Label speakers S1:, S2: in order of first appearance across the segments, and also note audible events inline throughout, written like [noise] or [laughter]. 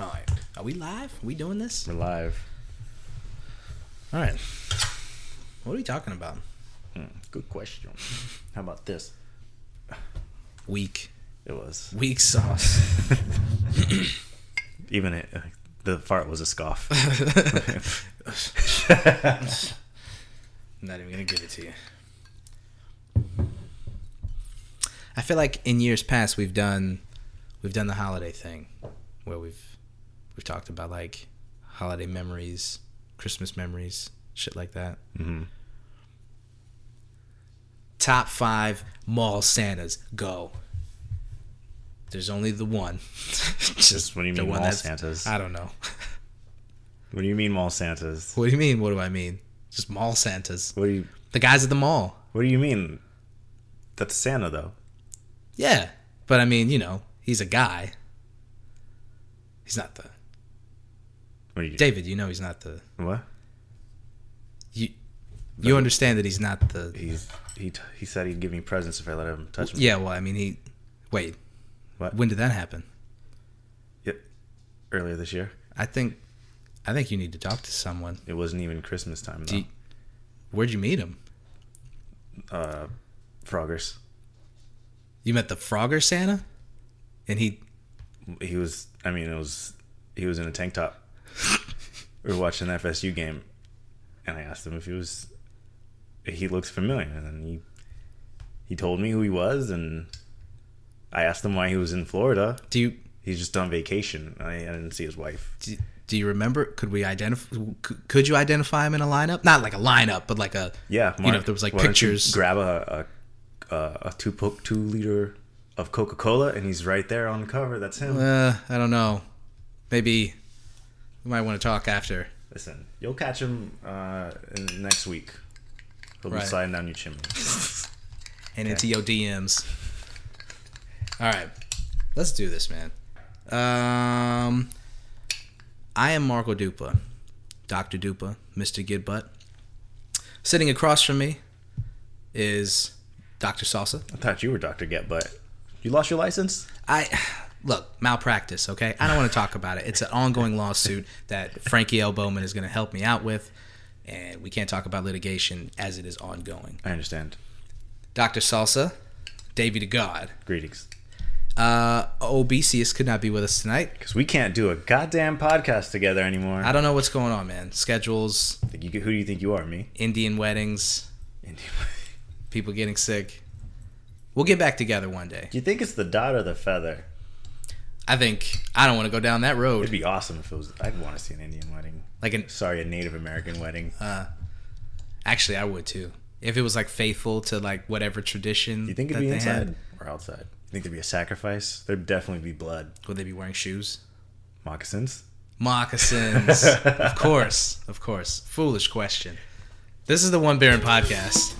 S1: Are we live? we doing this?
S2: We're live.
S1: All right. What are we talking about?
S2: Hmm, Good question. How about this?
S1: Weak.
S2: It was
S1: Weak
S2: [laughs]
S1: sauce.
S2: [coughs]
S1: [laughs]
S2: even it. uh, The fart was a [laughs] scoff.
S1: I'm not even going to give it to you. I feel like in years past we've done we've done the holiday thing where we've we've talked about like holiday memories, Christmas memories, shit like that.
S2: Mhm.
S1: Top 5 mall Santas go. There's only the one. [laughs] Just
S2: What do you
S1: the
S2: mean
S1: one
S2: mall
S1: that's-
S2: Santas?
S1: I don't know. [laughs]
S2: What do you mean mall Santas?
S1: What do you mean? What do I mean? Just mall Santas.
S2: What do you
S1: The guys at the mall.
S2: What do you mean? That's Santa though.
S1: Yeah. But I mean, you know, he's a guy. He's not the
S2: What do you
S1: David, you know he's not the
S2: What?
S1: you you understand that he's not the
S2: He's he t- he said he'd give me presents if I let him touch me.
S1: Yeah, well, I mean he wait.
S2: What?
S1: When did that happen?
S2: Yep. Earlier this year,
S1: I think I think you need to talk to someone.
S2: it wasn't even Christmas time though.
S1: Do you- where'd you meet him?
S2: Uh, Froggers.
S1: You met the Frogger Santa? And he
S2: He was. I mean, it was. He was in a tank top. we were watching an FSU game, and I asked him if he was. if He looks familiar, and then he. He told me who he was, and I asked him why he was in Florida.
S1: do you
S2: He's just on vacation. I, I didn't see his wife.
S1: do, do you remember? Could we identify? Could you identify him in a lineup? Not like a lineup, but like a
S2: Yeah,
S1: You know, if there was, like,
S2: why don't you
S1: pictures.
S2: Grab a a, a, a two po- two liter of Coca Cola, and he's right there on cover. That's him.
S1: Uh, I don't know. Maybe we might want to talk after.
S2: Listen, you'll catch him uh, in, next week. He'll
S1: Right.
S2: be sliding down your chimney.
S1: And into your DMs. All right, let's do this, man. Um, I am Marco Dupa, Doctor Dupa, Mister Gidbutt. Sitting across from me is Doctor Salsa.
S2: I thought you were Doctor Get, but you lost your license.
S1: I look malpractice. Okay, I don't want to talk about it. It's an ongoing lawsuit that Frankie L. Bowman is going to help me out with, and we can't talk about litigation as it is ongoing.
S2: I understand.
S1: Doctor Salsa, Davy to God,
S2: Greetings,
S1: uh, Obesius could not be with us tonight.
S2: because we can't do a goddamn podcast together anymore.
S1: I don't know what's going on, man. Schedules,
S2: Think you- who do you think you are, [laughs] me?
S1: Indian weddings,
S2: Anyway.
S1: people getting sick. We'll get back together one day.
S2: Do you think it's the dot or the feather?
S1: I think I don't want to go down that
S2: It'd
S1: road.
S2: be awesome if it was. I'd want to see an Indian wedding.
S1: Like an
S2: Sorry, a Native American wedding.
S1: actually, I would too. If it was like faithful to like whatever tradition
S2: You think it'd
S1: that
S2: be
S1: they
S2: inside
S1: had,
S2: or outside? You think there'd be a sacrifice? There'd definitely be blood.
S1: would they be wearing shoes?
S2: Moccasins? [laughs]
S1: moccasins. of course, of course. Foolish question. This is the One Baron podcast.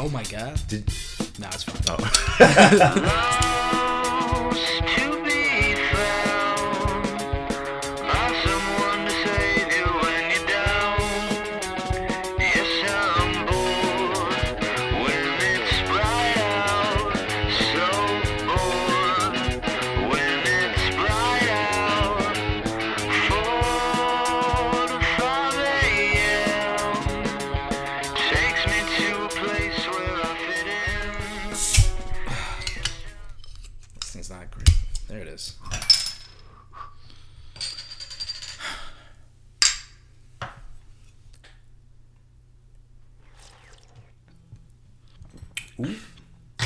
S1: Oh my god. Did no, it's fine.
S2: Oh. [laughs]
S3: To be found by someone to save you when you're down. Yes, I'm bored when it's bright out. So bored when it's bright out. Four to five a.m. takes me to a place where I fit in.
S1: This thing's not great. There it is.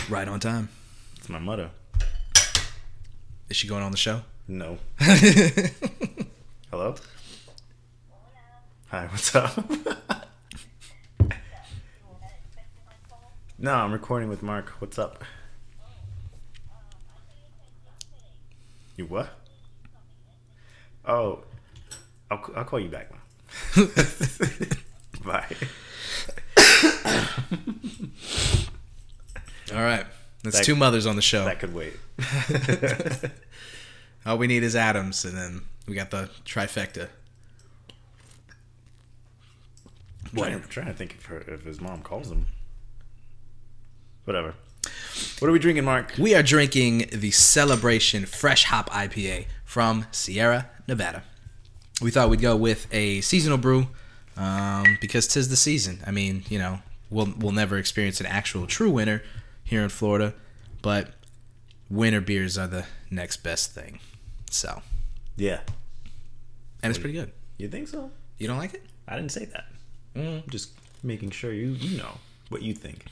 S1: Right on time.
S2: It's my mother.
S1: Is she going on the show?
S2: No. Hello? Hi, what's up? no, I'm recording with Mark. What's up? You what? Oh, I'll, c- I'll call you back. Bye. [laughs]
S1: All right. That's
S2: That-
S1: two mothers on the show.
S2: That could wait.
S1: All we need is Adams, and then we got the trifecta.
S2: I'm trying to think if, her, if his mom calls him. Whatever. What are we drinking, Mark?
S1: We are drinking the Celebration Fresh Hop IPA from Sierra Nevada. We thought we'd go with a seasonal brew um, because 'tis the season. I mean, you know, we'll we'll never experience an actual true winter here in Florida, but winter beers are the next best thing. So,
S2: Yeah.
S1: and it's pretty good.
S2: You think so?
S1: You don't like it?
S2: I didn't say that. I'm just making sure you you know what you think.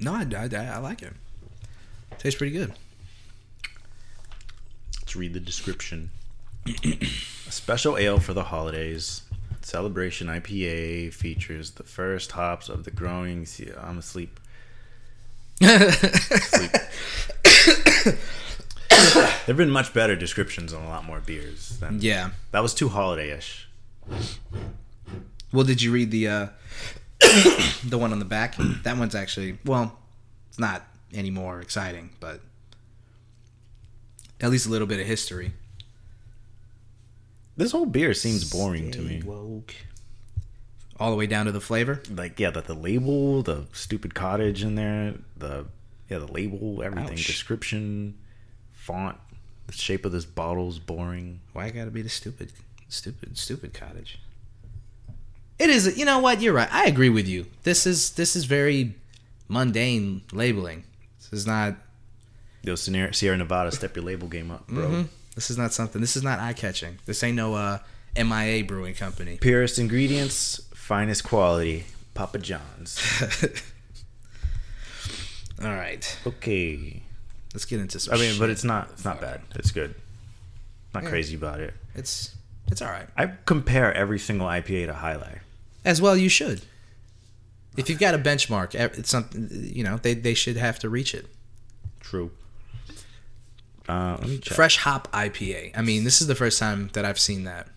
S1: No, I, I, I like it. Tastes pretty good.
S2: Let's read the [clears throat] description. a special ale for the holidays. Celebration IPA features the first hops of the growing. See, I'm asleep. [coughs] Sleep. There've been much better descriptions on a lot more beers. Than,
S1: yeah.
S2: That was too holiday-ish.
S1: Well, did you read the uh, [coughs] the one on the [clears throat] back? That one's actually well, it's not any more exciting, but at least a little bit of history.
S2: This whole beer seems boring to me.
S1: All the way down to the flavor.
S2: Like yeah, that the label, the stupid cottage in there, the yeah, the label, everything,
S1: Ouch.
S2: description, font, the shape of this bottle's boring.
S1: Why it gotta be the stupid, stupid, stupid cottage? It is. You know what? You're right. I agree with you. This is this is very mundane labeling. This is not.
S2: Yo, Sierra, Sierra Nevada, step your label game up, bro.
S1: This is not something. This is not eye catching. This ain't no uh, MIA Brewing Company. [laughs]
S2: Purest ingredients, finest quality, Papa John's.
S1: All right,
S2: Okay,
S1: let's get into some.
S2: I mean,
S1: shit.
S2: but it's not it's not bad. It's good. Not crazy about it.
S1: It's it's all right.
S2: I compare every single IPA to High Life.
S1: As well, you should. If you've got a benchmark, eh, it's something you know they they should have to reach it.
S2: True. Uh, let me check.
S1: Fresh hop IPA. I mean, this is the first time that I've seen that.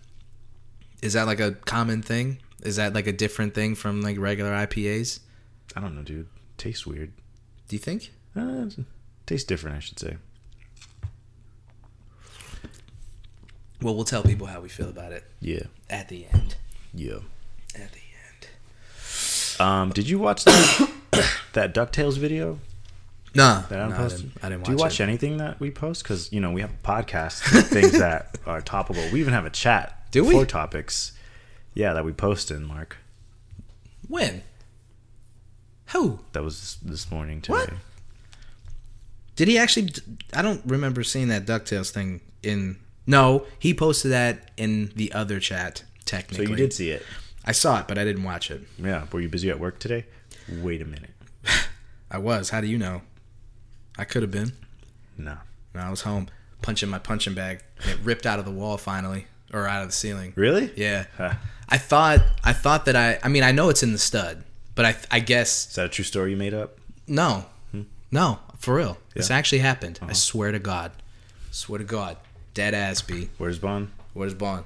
S1: Is that like a common thing? Is that like a different thing from like regular IPAs?
S2: I don't know, dude. Tastes weird.
S1: Do you think?
S2: Uh, tastes different, I should say.
S1: Well, we'll tell people how we feel about it
S2: Yeah,
S1: at the end.
S2: yeah.
S1: At the end.
S2: Um, did you watch that [coughs] that Ducktales video
S1: Nah,
S2: that I
S1: nah, I
S2: posted?
S1: didn't, I didn't watch,
S2: Do you watch
S1: it.
S2: anything that we post? Because you know we have a
S1: [laughs]
S2: podcast, and things that are topical. We even have a chat.
S1: Do we?
S2: for topics? Yeah, that we post in Mark.
S1: When? Who?
S2: That was this morning today.
S1: What? Did he actually? I don't remember seeing that Ducktales thing in. No, he posted that in the other chat.
S2: So
S1: Technically,
S2: you did see it.
S1: I saw it, but I didn't watch it.
S2: Yeah. Were you busy at work today? Wait a minute.
S1: I was. How do you know? I could have been.
S2: No.
S1: When I was home punching my punching bag, and it ripped out of the wall finally, or out of the ceiling.
S2: Really?
S1: Yeah.
S2: Huh.
S1: I thought. I thought that I. I mean, I know it's in the stud, but I. I guess
S2: Is that a true story you made up?
S1: no, no, for real. This
S2: Yeah.
S1: actually happened. I swear to God. Swear to God. Dead ass be.
S2: Where's Bond?
S1: Where's Bond?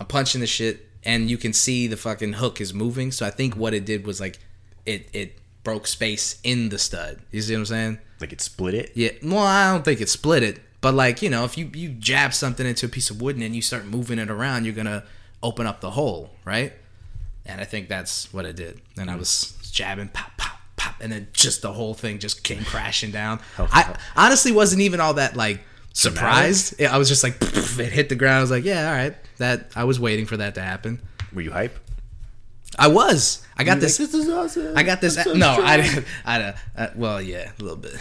S1: I'm punching the shit, and you can see the fucking hook is moving. So I think what it did was like, it it broke space in the stud. You see what I'm saying?
S2: Like it split it.
S1: Yeah. Well, I don't think it split it, but like you know, if you you jab something into a piece of wood and then you start moving it around, you're gonna open up the hole, right? And I think that's what it did. And I was jabbing, pop, pop, pop, and then just the whole thing just came crashing down. I honestly wasn't even all that like surprised. Yeah, I was just like, [laughs] it hit the ground. I was like, yeah, all right. That I was waiting for that to happen.
S2: Were you hype?
S1: I was. I got
S2: You're
S1: this.
S2: like, is awesome.
S1: I got this.
S2: I'm
S1: App.
S2: so
S1: No, I
S2: strong."
S1: didn't. I, didn't- I well, yeah, a little bit.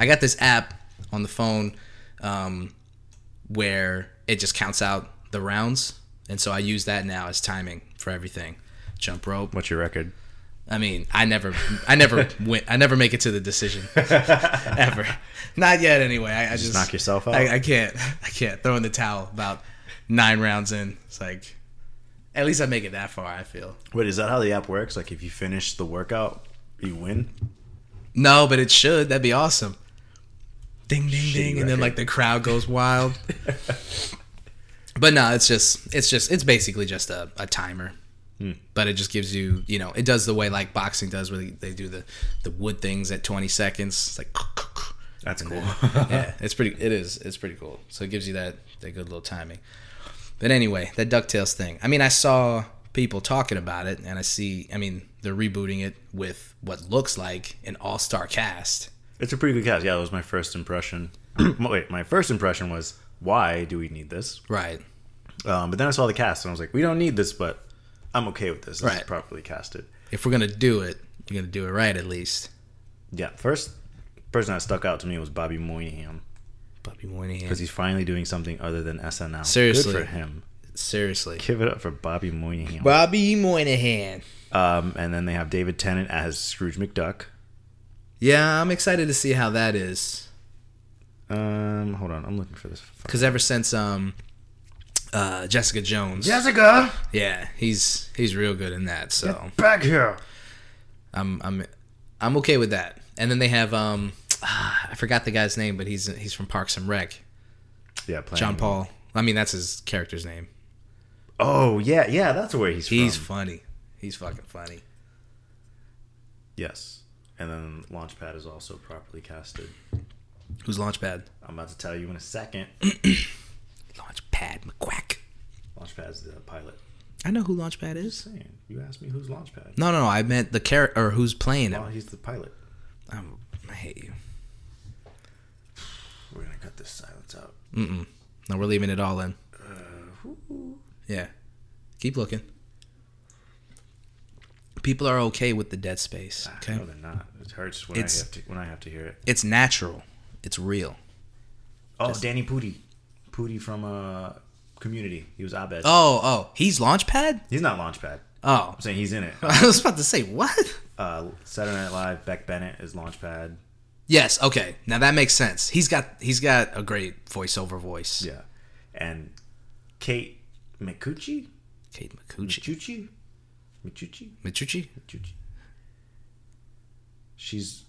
S1: I got this app on the phone um, where it just counts out the rounds, and so I use that now as timing for everything. Jump rope.
S2: What's your record?
S1: I mean, I never, I
S2: [laughs]
S1: never win. I never make it to the decision ever. Not yet, anyway. I, I just,
S2: knock yourself out.
S1: I, I can't. I can't throw in the towel about nine rounds in. It's like, at least I make it that far. I feel.
S2: Wait, is that how the app works? Like if you finish the workout, you win?
S1: No, but it should. That'd be awesome. Ding ding
S2: Shitty
S1: ding, and then
S2: record.
S1: like the crowd goes wild.
S2: [laughs]
S1: but no, it's just it's just it's basically just a, a timer.
S2: Hmm.
S1: But it just gives you, you know, it does the way like boxing does, where they, they do the the wood things at 20 seconds. It's like, [laughs]
S2: That's cool.
S1: yeah, it's pretty. It is. It's pretty cool. So it gives you that that good little timing. But anyway, that Ducktales thing. I mean, I saw people talking about it, and I see. I mean, they're rebooting it with what looks like an all-star cast.
S2: [laughs] It's a pretty good cast. Yeah, that was my first impression. [clears throat] Wait, my first impression was why do we need this?
S1: Right.
S2: Um, but then I saw the cast and I was like, we don't need this, but I'm okay with this. This is
S1: Right.
S2: properly casted.
S1: If we're gonna do it, you're gonna do it right at least.
S2: Yeah, first person that stuck out to me was Bobby Moynihan
S1: Bobby Moynihan.
S2: because he's finally doing something other than SNL.
S1: Seriously.
S2: good for him.
S1: Seriously.
S2: Give it up for Bobby Moynihan.
S1: Bobby Moynihan.
S2: Um, and then they have David Tennant as Scrooge McDuck.
S1: Yeah, I'm excited to see how that is.
S2: Um, hold on, I'm looking for this.
S1: Because ever since um, uh, Jessica Jones,
S2: Jessica,
S1: yeah, he's he's real good in that. So
S2: back here.
S1: I'm I'm I'm okay with that. And then they have um, I forgot the guy's name, but he's he's from Parks and Rec.
S2: Yeah, playing.
S1: John Paul. I mean, that's his character's name.
S2: Oh yeah, yeah, that's where he's,
S1: He's
S2: from.
S1: funny. He's fucking funny.
S2: Yes, and then Launchpad is also properly casted.
S1: Who's Launchpad?
S2: I'm about to tell you in
S1: [clears throat]
S2: a second.
S1: Launchpad McQuack.
S2: Launchpad's the pilot.
S1: I know who Launchpad is.
S2: Saying you asked me who's Launchpad.
S1: No, no, no. I meant the character or who's playing
S2: Well,
S1: him.
S2: he's the pilot.
S1: I'm, I hate you.
S2: We're gonna cut this silence out.
S1: Mm-mm. No, we're leaving it all in. Uh, Yeah. Keep looking. People are okay with the dead space. Okay.
S2: Ah, No, they're not. It hurts when
S1: It's-
S2: I have to when I have to hear it.
S1: It's natural. It's real.
S2: Oh, Danny Pudi, Pudi from uh, Community. He was Abed.
S1: Oh, oh, he's Launchpad.
S2: He's not Launchpad.
S1: Oh, [laughs]
S2: I'm saying he's in it.
S1: I was about to say what?
S2: Uh, Saturday Night Live. Beck Bennett is Launchpad.
S1: Yes. Okay. Now that makes sense. He's got he's got a great voiceover voice.
S2: Yeah, and Kate Micucci.
S1: Kate Micucci.
S2: Micucci. Micucci.
S1: Micucci.
S2: Micucci. She's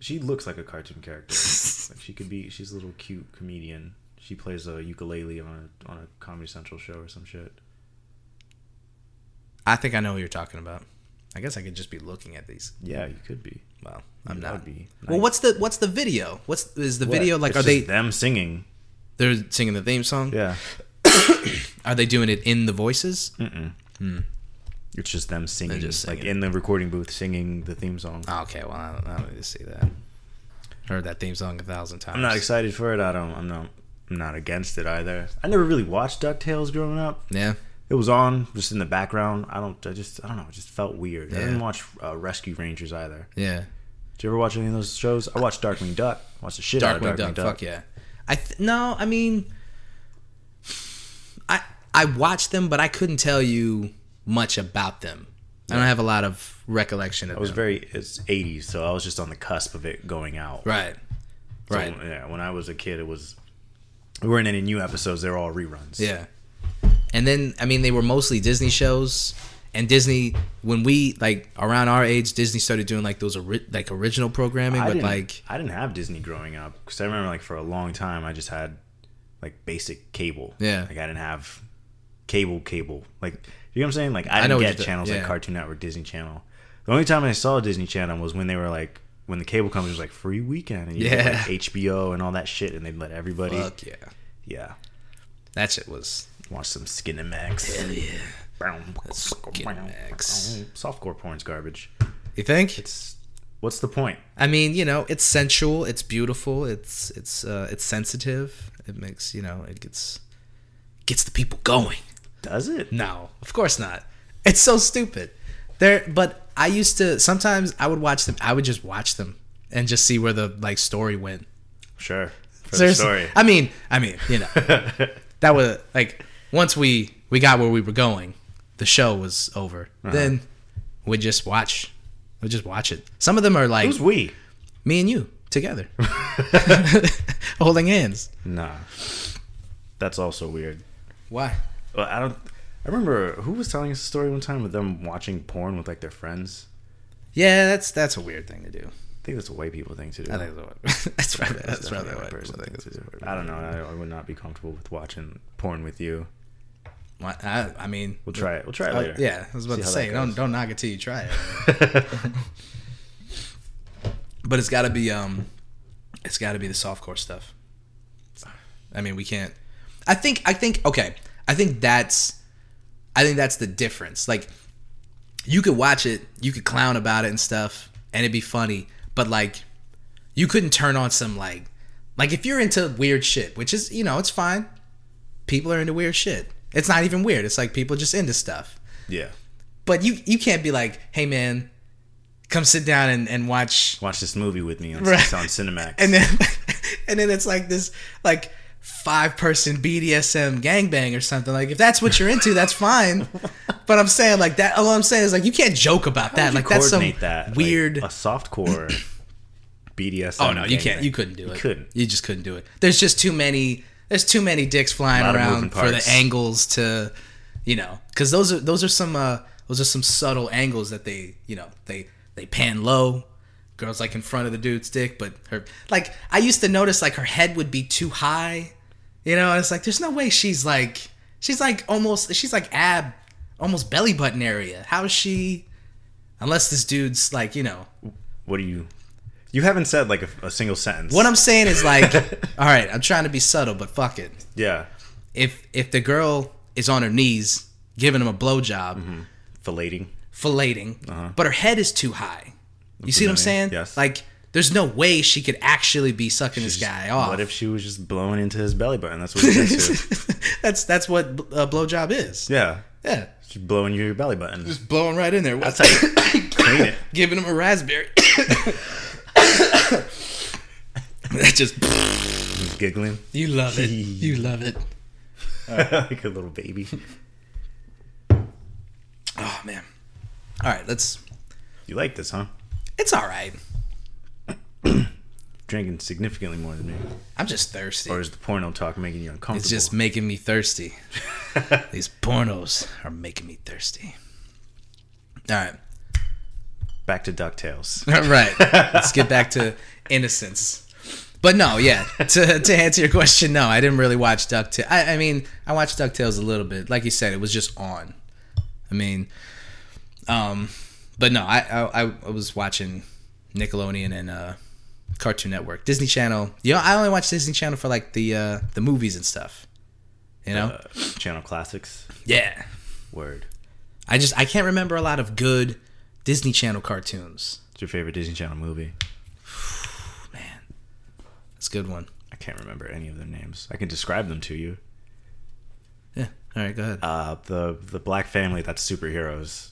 S2: she looks like a cartoon
S1: [laughs]
S2: character. Like, she could be. She's a little cute comedian. She plays a ukulele on a on a Comedy Central show or some shit.
S1: I think I know who you're talking about. I guess I could just be looking at these.
S2: Yeah, you could be.
S1: Well, I'm not.
S2: That would be
S1: Well,
S2: nice.
S1: what's the what's the video? What's is the
S2: What?
S1: video like?
S2: It's
S1: are
S2: just
S1: they
S2: them singing?
S1: they're singing the theme song?
S2: Yeah,
S1: Are they doing it in the voices?
S2: Mm. it's just them singing,
S1: just
S2: like
S1: singing.
S2: in the recording booth, singing the theme song.
S1: Oh, okay. Well, I don't, I don't need to see that. Heard that theme song a thousand times.
S2: I'm not excited for it. I don't. I'm not. I'm not against it either. I never really watched Ducktales growing up.
S1: Yeah.
S2: It was on just in the background. I don't. I just. I don't know. It just felt weird. I
S1: Yeah.
S2: didn't watch uh, Rescue Rangers either.
S1: Yeah.
S2: Did you ever watch any of those shows? I watched Darkwing Duck. Watched the shit out of
S1: Darkwing
S2: Darkwing
S1: Duck.
S2: Duck.
S1: Fuck yeah. I th- no. I mean, I I watched them, but I couldn't tell you much about them. I don't have a lot of recollection of
S2: It was
S1: them.
S2: very. It's 80s, so I was just on the cusp of it going out.
S1: right.
S2: So,
S1: Right.
S2: yeah. When I was a kid, it was. There weren't any new episodes. They were all reruns.
S1: Yeah. And then I mean they were mostly Disney shows and Disney when we like around our age Disney started doing like those ori- like original programming
S2: I
S1: but
S2: didn't,
S1: like
S2: I didn't have Disney growing up because I remember like for a long time I just had like basic cable.
S1: Yeah.
S2: like I didn't have cable cable. Like you know what I'm saying? Like
S1: know
S2: I didn't
S1: what
S2: get
S1: you're-
S2: channels
S1: yeah.
S2: like Cartoon Network, Disney Channel. The only time I saw Disney Channel was when they were like when the cable company was like free weekend and you yeah.
S1: Yeah.
S2: [laughs] like HBO and all that shit and they'd let everybody
S1: fuck yeah.
S2: yeah
S1: That shit was
S2: watch some Skinemax. Hell yeah.
S1: Skinemax.
S2: Softcore porn's garbage.
S1: You think?
S2: It's what's the point?
S1: I mean, you know, it's sensual, it's beautiful, it's it's uh it's sensitive. It makes, you know, it gets gets the people going.
S2: Does it?
S1: No, of course not. It's so stupid. There, but I used to sometimes I would watch them. I would just watch them and just see where the like story went.
S2: Sure. For the
S1: Seriously.
S2: story.
S1: I mean, I mean, you
S2: [laughs]
S1: know, that was like once we we got where we were going, the show was over.
S2: Uh-huh.
S1: Then we just watch, we just watch it. Some of them are like [laughs]
S2: Who's we?
S1: me and you
S2: [laughs]
S1: together, [laughs] holding hands.
S2: Nah. That's also weird.
S1: Why?
S2: Well, I don't. I remember who was telling us a story one time of them watching porn with like their friends.
S1: Yeah, that's that's a weird thing to do.
S2: I think that's a white people thing to do.
S1: I think [laughs] that's, that's rather that's rather
S2: definitely a
S1: what
S2: person
S1: I
S2: thing
S1: think
S2: to do. I don't know. I, I would not be comfortable with watching porn with you.
S1: Why- I, I mean,
S2: We'll try it. We'll try it
S1: Uh,
S2: later.
S1: yeah, I was about
S2: See
S1: to
S2: how
S1: say,
S2: that
S1: don't
S2: goes.
S1: don't knock it till you try it. but it's got to be um, it's got to be the softcore stuff. I mean, we can't. I think I think okay. I think that's I think that's the difference. Like you could watch it, you could clown about it and stuff, and it'd be funny. But like, you couldn't turn on some like, like if you're into weird shit, which is you know it's fine. People are into weird shit. It's not even weird. It's like people just into stuff.
S2: [laughs] Yeah.
S1: But you you can't be like, hey man, come sit down and, and watch
S2: Watch this movie with me on,
S1: Right.
S2: on Cinemax.
S1: and then [laughs] and then it's like this like five person BDSM gangbang or something. Like if that's what you're into, that's
S2: [laughs]
S1: fine. But I'm saying like that. All I'm saying is like you can't joke about that.
S2: How'd you
S1: like that's some
S2: coordinate that? Like,
S1: weird.
S2: a softcore
S1: [coughs]
S2: BDS.
S1: oh no, you can't. You couldn't do it.
S2: You couldn't.
S1: You just couldn't do it. There's just too many. There's too many dicks flying
S2: Lot of moving
S1: around for the
S2: parts.
S1: angles to, you know, because those are those are some uh those are some subtle angles that they you know they they pan low. Girls like in front of the dude's dick, but her like I used to notice like her head would be too high. You know, it's like there's no way she's like she's like almost she's like ab almost belly button area. How is she? Unless this dude's like you know
S2: What do you? You haven't said like a, a single sentence.
S1: What I'm saying is
S2: [laughs]
S1: like, all right, I'm trying to be subtle, but fuck it.
S2: yeah,
S1: If if the girl is on her knees giving him a blowjob,
S2: Mm-hmm. filleting.
S1: filleting,
S2: Uh-huh.
S1: but her head is too high, you see what I'm saying?
S2: Yes.
S1: Like, there's no way she could actually be sucking this guy off.
S2: What if she was just blowing into his belly button? That's
S1: [laughs]
S2: what you to.
S1: that's that's what a blowjob is.
S2: Yeah,
S1: Yeah,
S2: she's blowing you your belly button.
S1: just blowing right in there,
S2: That's how you
S1: [coughs]
S2: clean it.
S1: giving him a
S2: [coughs]
S1: raspberry. that just [coughs]
S2: He's giggling
S1: you love it. You love
S2: [coughs]
S1: it.
S2: [laughs] like a little baby.
S1: Oh man. All right, let's.
S2: You like this, huh?
S1: It's all right.
S2: Drinking significantly more than me.
S1: I'm just thirsty.
S2: Or is the porno talk making you uncomfortable?
S1: It's just making me
S2: [laughs]
S1: thirsty. These pornos are making me thirsty. All right.
S2: back to Ducktales.
S1: All [laughs] right. Let's get back to innocence. But no, yeah. To, to answer your question, no, I didn't really watch DuckTales. I, I mean, I watched DuckTales a little bit. Like you said, it was just on. I mean, um, but no, I I, I- I was watching Nickelodeon and uh, Cartoon Network, Disney Channel. You know, I only watch Disney Channel for like the uh, the movies and stuff. You know,
S2: Uh, Channel classics.
S1: yeah.
S2: Word.
S1: I just I can't remember a lot of good Disney Channel cartoons.
S2: What's your favorite Disney Channel movie?
S1: That's a good one.
S2: I can't remember any of their names. I can describe them to you.
S1: Yeah. All right, go ahead.
S2: Uh, the the black family that's superheroes.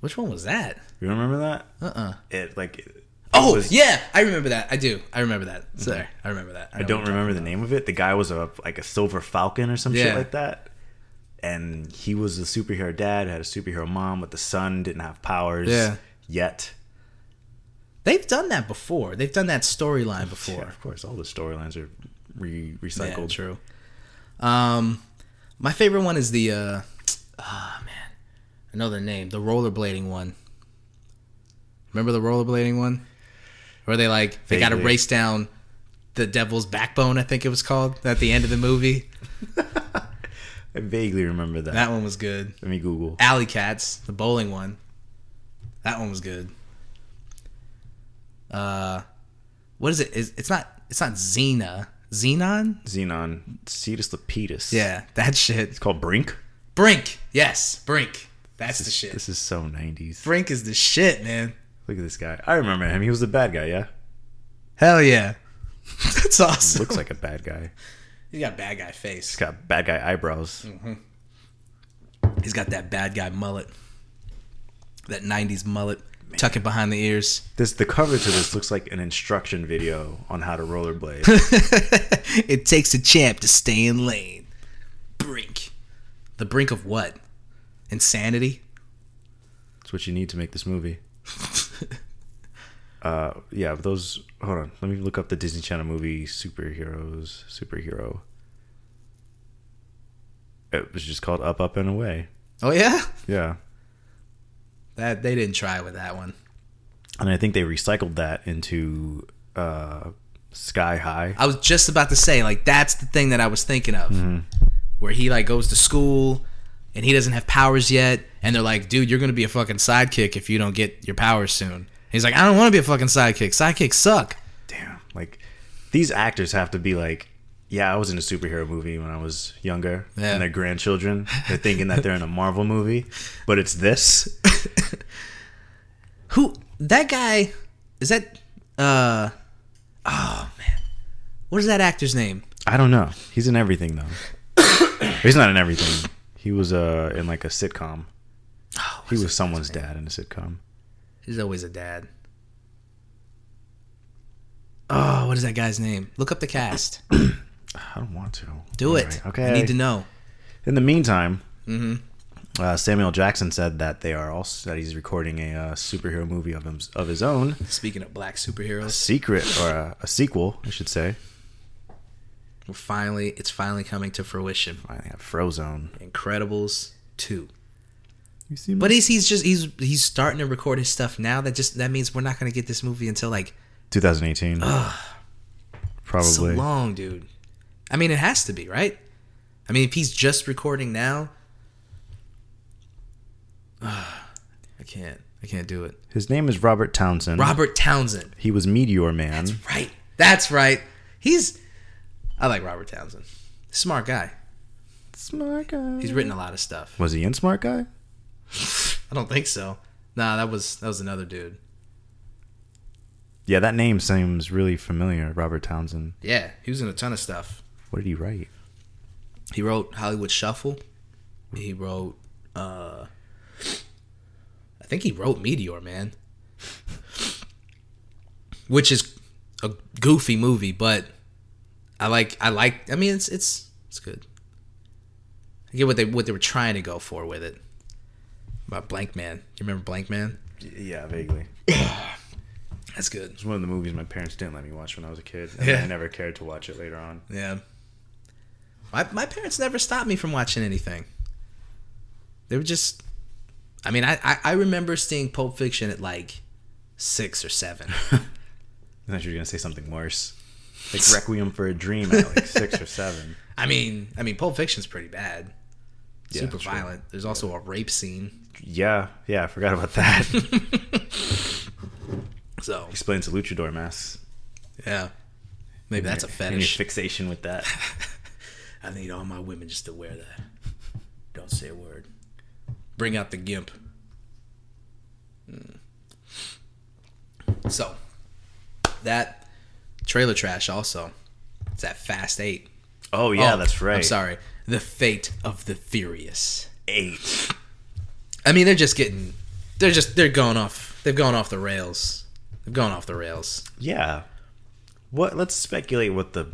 S1: Which one was that?
S2: You remember that?
S1: Uh uh
S2: It like it
S1: Oh
S2: was-
S1: yeah, I remember that. I do. I remember that. Sorry, I remember that.
S2: I don't remember the name of it. The guy was a like a silver falcon or some
S1: Yeah.
S2: shit like that. And he was a superhero dad, had a superhero mom, but the son didn't have powers
S1: Yeah.
S2: yet.
S1: They've done that before. They've done that storyline
S2: Yeah,
S1: before.
S2: of course, all the storylines are re-
S1: Yeah,
S2: recycled.
S1: true. Um, my favorite one is the uh, oh man, another name, the rollerblading one. Remember the rollerblading one, where they like they got to
S2: Vaguely.
S1: race down the devil's backbone. I think it was called at the end of the movie.
S2: I vaguely remember that.
S1: That one was good.
S2: Let me Google.
S1: Alley Cats, the bowling one. That one was good. Uh, what is it? Is it's not it's not Xena Xenon?
S2: Xenon, Cetus Lepidus.
S1: Yeah, that shit.
S2: It's called Brink.
S1: Brink. Yes, Brink. That's the shit.
S2: This is so 90s.
S1: Brink is the shit, man.
S2: Look at this guy. I remember him. He was the bad
S1: [laughs]
S2: guy, yeah?
S1: Hell yeah. [laughs] That's awesome.
S2: Looks like a bad guy.
S1: He's got bad guy face.
S2: He's got bad guy eyebrows.
S1: He's got that bad guy mullet. That 90s mullet. Tuck it behind the ears.
S2: This the cover to this looks like an instruction video on how to rollerblade.
S1: [laughs] it takes a champ to stay in lane. Brink. The brink of what? Insanity?
S2: That's what you need to make this movie. uh, yeah, but those. Hold on, let me look up the Disney Channel movie superheroes. Superhero. It was just called Up, Up and Away.
S1: Oh yeah?
S2: Yeah,
S1: That they didn't try with that one.
S2: and I think they recycled that into uh, Sky High.
S1: I was just about to say, like, that's the thing that I was thinking of. Where he like goes to school and he doesn't have powers yet, and they're like, dude, you're gonna be a fucking sidekick if you don't get your powers soon. He's like, I don't wanna be a fucking sidekick. Sidekicks suck.
S2: Damn, like these actors have to be like yeah, I was in a superhero movie when I was younger,
S1: Yeah.
S2: and their grandchildren they're thinking that they're in a Marvel movie, but it's this.
S1: Who that guy? Is that uh? Oh man, what is that actor's name?
S2: I don't know. He's in everything though. [coughs] He's not in everything. He was uh in like a sitcom.
S1: Oh,
S2: he was someone's dad in a sitcom.
S1: He's always a dad. Oh, what is that guy's name? Look up the cast.
S2: I don't want to.
S1: Do it.
S2: Alright,
S1: Okay. I need to Mm-hmm. know.
S2: In the meantime, uh, Samuel Jackson said that they are also that he's recording a uh, superhero movie of him, of his own,
S1: Speaking of black superheroes,
S2: secret or uh, a, a sequel, I should say.
S1: we're finally it's finally coming to fruition.
S2: Finally, have Frozone.
S1: Incredibles two.
S2: You see,
S1: But he's he's just he's he's starting to record his stuff now. That just that means we're not gonna get this movie until like
S2: 2018.
S1: so
S2: Probably.
S1: long, dude. I mean, it has to be right. I mean, if he's just recording now, [sighs] I can't I can't do it.
S2: His name is Robert Townsend.
S1: Robert Townsend.
S2: He was Meteor Man.
S1: Right. That's right. He's. I like Robert Townsend. Smart guy.
S2: Smart guy.
S1: He's written a lot of stuff.
S2: was he in Smart Guy?
S1: I don't think so. Nah, that was that was another dude.
S2: Yeah, that name seems really familiar. Robert Townsend.
S1: Yeah, he was in a ton of stuff.
S2: What did he write?
S1: He wrote Hollywood Shuffle. He wrote. uh I think he wrote Meteor Man, which is a goofy movie, but I like I like. I mean, it's it's it's good. I get what they what they were trying to go for with it. About Blank Man, you remember Blank Man?
S2: Yeah, vaguely.
S1: That's good.
S2: It's one of the movies my parents didn't let me watch when I was a kid, and
S1: Yeah.
S2: I never cared to watch it later on.
S1: Yeah. My my parents never stopped me from watching anything. They were just I mean, I, I, I remember seeing Pulp Fiction at like six or seven.
S2: [laughs] I thought you were gonna say something worse, like Requiem for a Dream at like six or seven.
S1: I mean I mean Pulp Fiction's pretty bad.
S2: Yeah,
S1: Super
S2: true.
S1: violent. There's also a rape scene.
S2: Yeah, yeah, I forgot about that. [laughs]
S1: So
S2: Explains the luchador mask.
S1: yeah. Maybe that's a
S2: And your
S1: fetish.
S2: fixation
S1: [laughs]
S2: with that.
S1: I need all my women just to wear that. Don't say a word. Bring out the gimp. Mm. So, that trailer trash also. It's at Fast 8.
S2: Oh yeah,
S1: Oh,
S2: that's right.
S1: I'm sorry. The Fate of the Furious.
S2: Eight.
S1: I mean, they're just getting. They're just. They're going off. They've gone off the rails. They've gone off the rails.
S2: Yeah. What? Let's speculate what the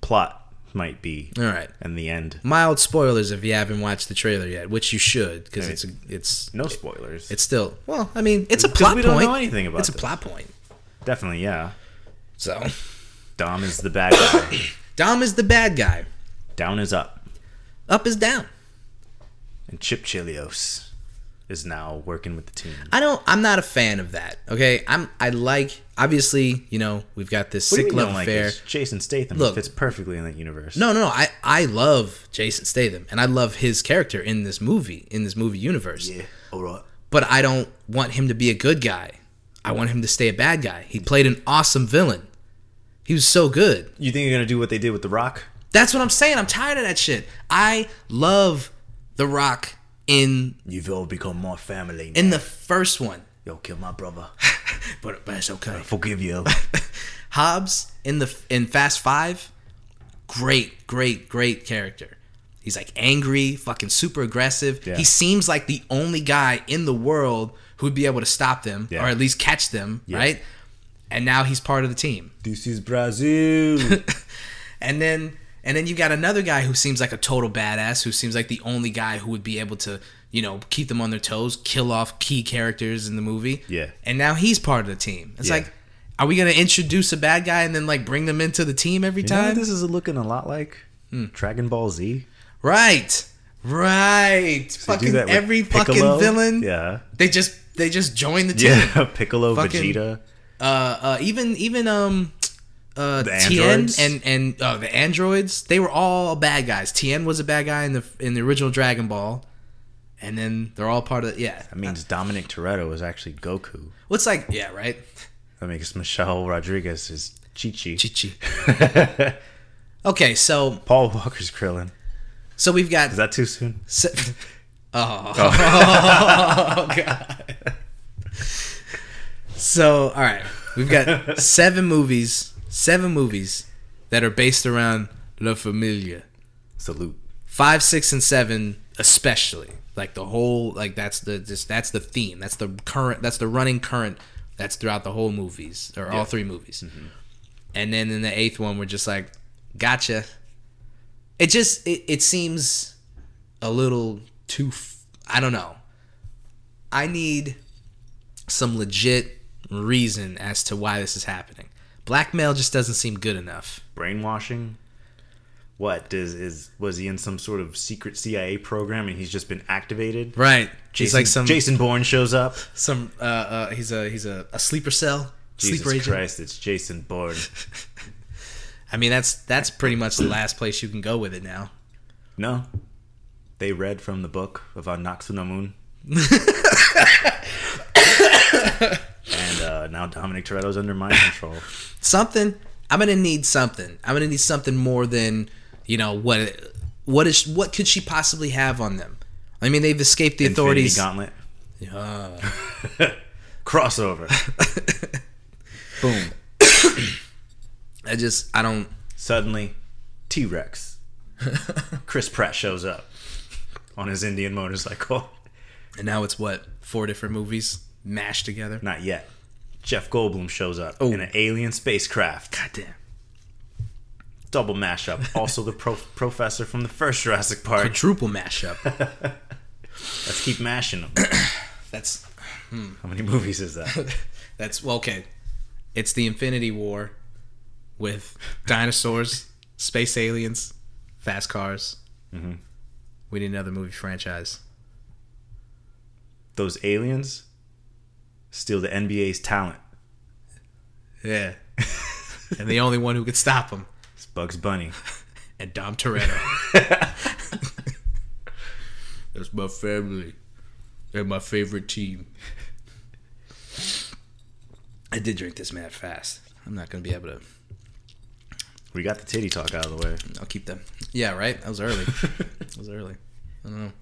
S2: plot might be
S1: All right.
S2: and the end.
S1: Mild spoilers if you haven't watched the trailer yet, which you should, because it's a, it's
S2: No spoilers.
S1: It's still well. I mean, it's a
S2: 'Cause
S1: plot
S2: we don't
S1: point.
S2: know anything about
S1: it's a
S2: this.
S1: plot point.
S2: Definitely, yeah.
S1: So
S2: Dom is the bad guy. [coughs]
S1: Dom is the bad guy.
S2: Down is up,
S1: Up is down.
S2: and Chip Chilios is now working with the team.
S1: I don't. I'm not a fan of that. Okay. I'm. I like. Obviously, you know, we've got this
S2: What do you
S1: sick
S2: mean you
S1: love
S2: don't like
S1: affair.
S2: this? Jason Statham
S1: Look.
S2: fits perfectly in that universe.
S1: no, no, no. I I love Jason Statham, and I love his character in this movie, in this movie universe.
S2: All right.
S1: But I don't want him to be a good guy. I want him to stay a bad guy. He played an awesome villain. He was so good.
S2: You think you're gonna do what they did with The Rock?
S1: That's what I'm saying. I'm tired of that shit. I love The Rock in
S2: You've all become my family.
S1: in the first one.
S2: Yo, kill
S1: [laughs]
S2: my brother.
S1: But, but it's okay.
S2: Forgive
S1: [laughs]
S2: you.
S1: Hobbs in the in Fast Five, great, great, great character. He's like angry, fucking super aggressive.
S2: Yeah.
S1: He seems like the only guy in the world who would be able to stop them
S2: Yeah.
S1: or at least catch them, right? And now he's part of the team.
S2: this
S1: [laughs]
S2: is Brazil.
S1: And then and then you got another guy who seems like a total badass, who seems like the only guy who would be able to, you know, keep them on their toes, kill off key characters in the movie.
S2: Yeah.
S1: And now he's part of the team. It's
S2: Yeah.
S1: like, are we gonna introduce a bad guy and then like bring them into the team every
S2: You know
S1: time? Hmm.
S2: what this is looking a lot like Dragon Ball Z.
S1: right. Right.
S2: They do
S1: fucking
S2: that with
S1: every
S2: Piccolo.
S1: fucking villain.
S2: Yeah,
S1: They just they just join the team.
S2: yeah. [laughs] Piccolo,
S1: Fucking-
S2: Vegeta.
S1: uh, uh, even even um uh
S2: The
S1: Tien
S2: androids?
S1: and and uh, the androids they were all bad guys. Tien was a bad guy in the in the original Dragon Ball, and then they're all part of yeah.
S2: That means Dominic Toretto is actually Goku.
S1: What's like yeah right?
S2: That makes Michelle Rodriguez is Chi Chi.
S1: Chi Chi. [laughs] Okay, so
S2: Paul Walker's Krillin.
S1: so we've got.
S2: Is that too soon?
S1: so- [laughs] oh. [laughs]
S2: Oh.
S1: God. So all right, we've
S2: [laughs]
S1: got seven movies. Seven movies that are based around La Familia.
S2: Salute.
S1: Five, six, and seven, especially. Like the whole, like that's the just that's the theme. That's the current. That's the running current. That's throughout the whole movies or all three movies. And then in the eighth one, we're just like, gotcha. It just it, it seems a little too. F- I don't know. I need some legit reason as to why this is happening. Blackmail just doesn't seem good enough.
S2: Brainwashing. What does is was he in some sort of secret CIA program and he's just been activated?
S1: Right.
S2: Jason,
S1: He's like some
S2: Jason Bourne shows [laughs] up.
S1: some uh, uh he's a he's a, a sleeper cell
S2: Jesus
S1: sleeper agent
S2: Christ, it's Jason [laughs] Bourne.
S1: i mean that's that's pretty much the last place you can go with it now
S2: No. They read from the book of uh, Anaxuna [laughs] Moon. and uh, now Dominic Toretto's under mind [laughs] control.
S1: something i'm gonna need something i'm gonna need something more than you know what what is what could she possibly have on them i mean they've escaped the
S2: Infinity
S1: authorities
S2: Gauntlet.
S1: Uh,
S2: [laughs] Crossover. Boom.
S1: i just i don't
S2: Suddenly, T Rex. Chris Pratt shows up on his Indian motorcycle.
S1: and now it's what four different movies mashed together
S2: Not yet. Jeff Goldblum shows up
S1: Oh.
S2: in an alien spacecraft.
S1: god damn
S2: Double mashup. Also, the pro- professor from the first Jurassic
S1: a
S2: Park.
S1: triple
S2: [laughs]
S1: mashup
S2: Let's keep mashing them.
S1: that's
S2: How many movies is
S1: [laughs]
S2: that?
S1: That's well, okay. It's the Infinity War with dinosaurs, space aliens, fast cars. Mm-hmm. We need another movie franchise.
S2: Those aliens steal the NBA's talent.
S1: Yeah. [laughs] and the only one who could stop them,
S2: It's Bugs Bunny.
S1: and Dom Toretto. [laughs] That's my family. They're my favorite team. I did drink this mad fast. I'm not gonna be able to.
S2: We got the titty talk out of the way.
S1: I'll keep them. Yeah, right. That was early. [laughs] That was early. I don't know.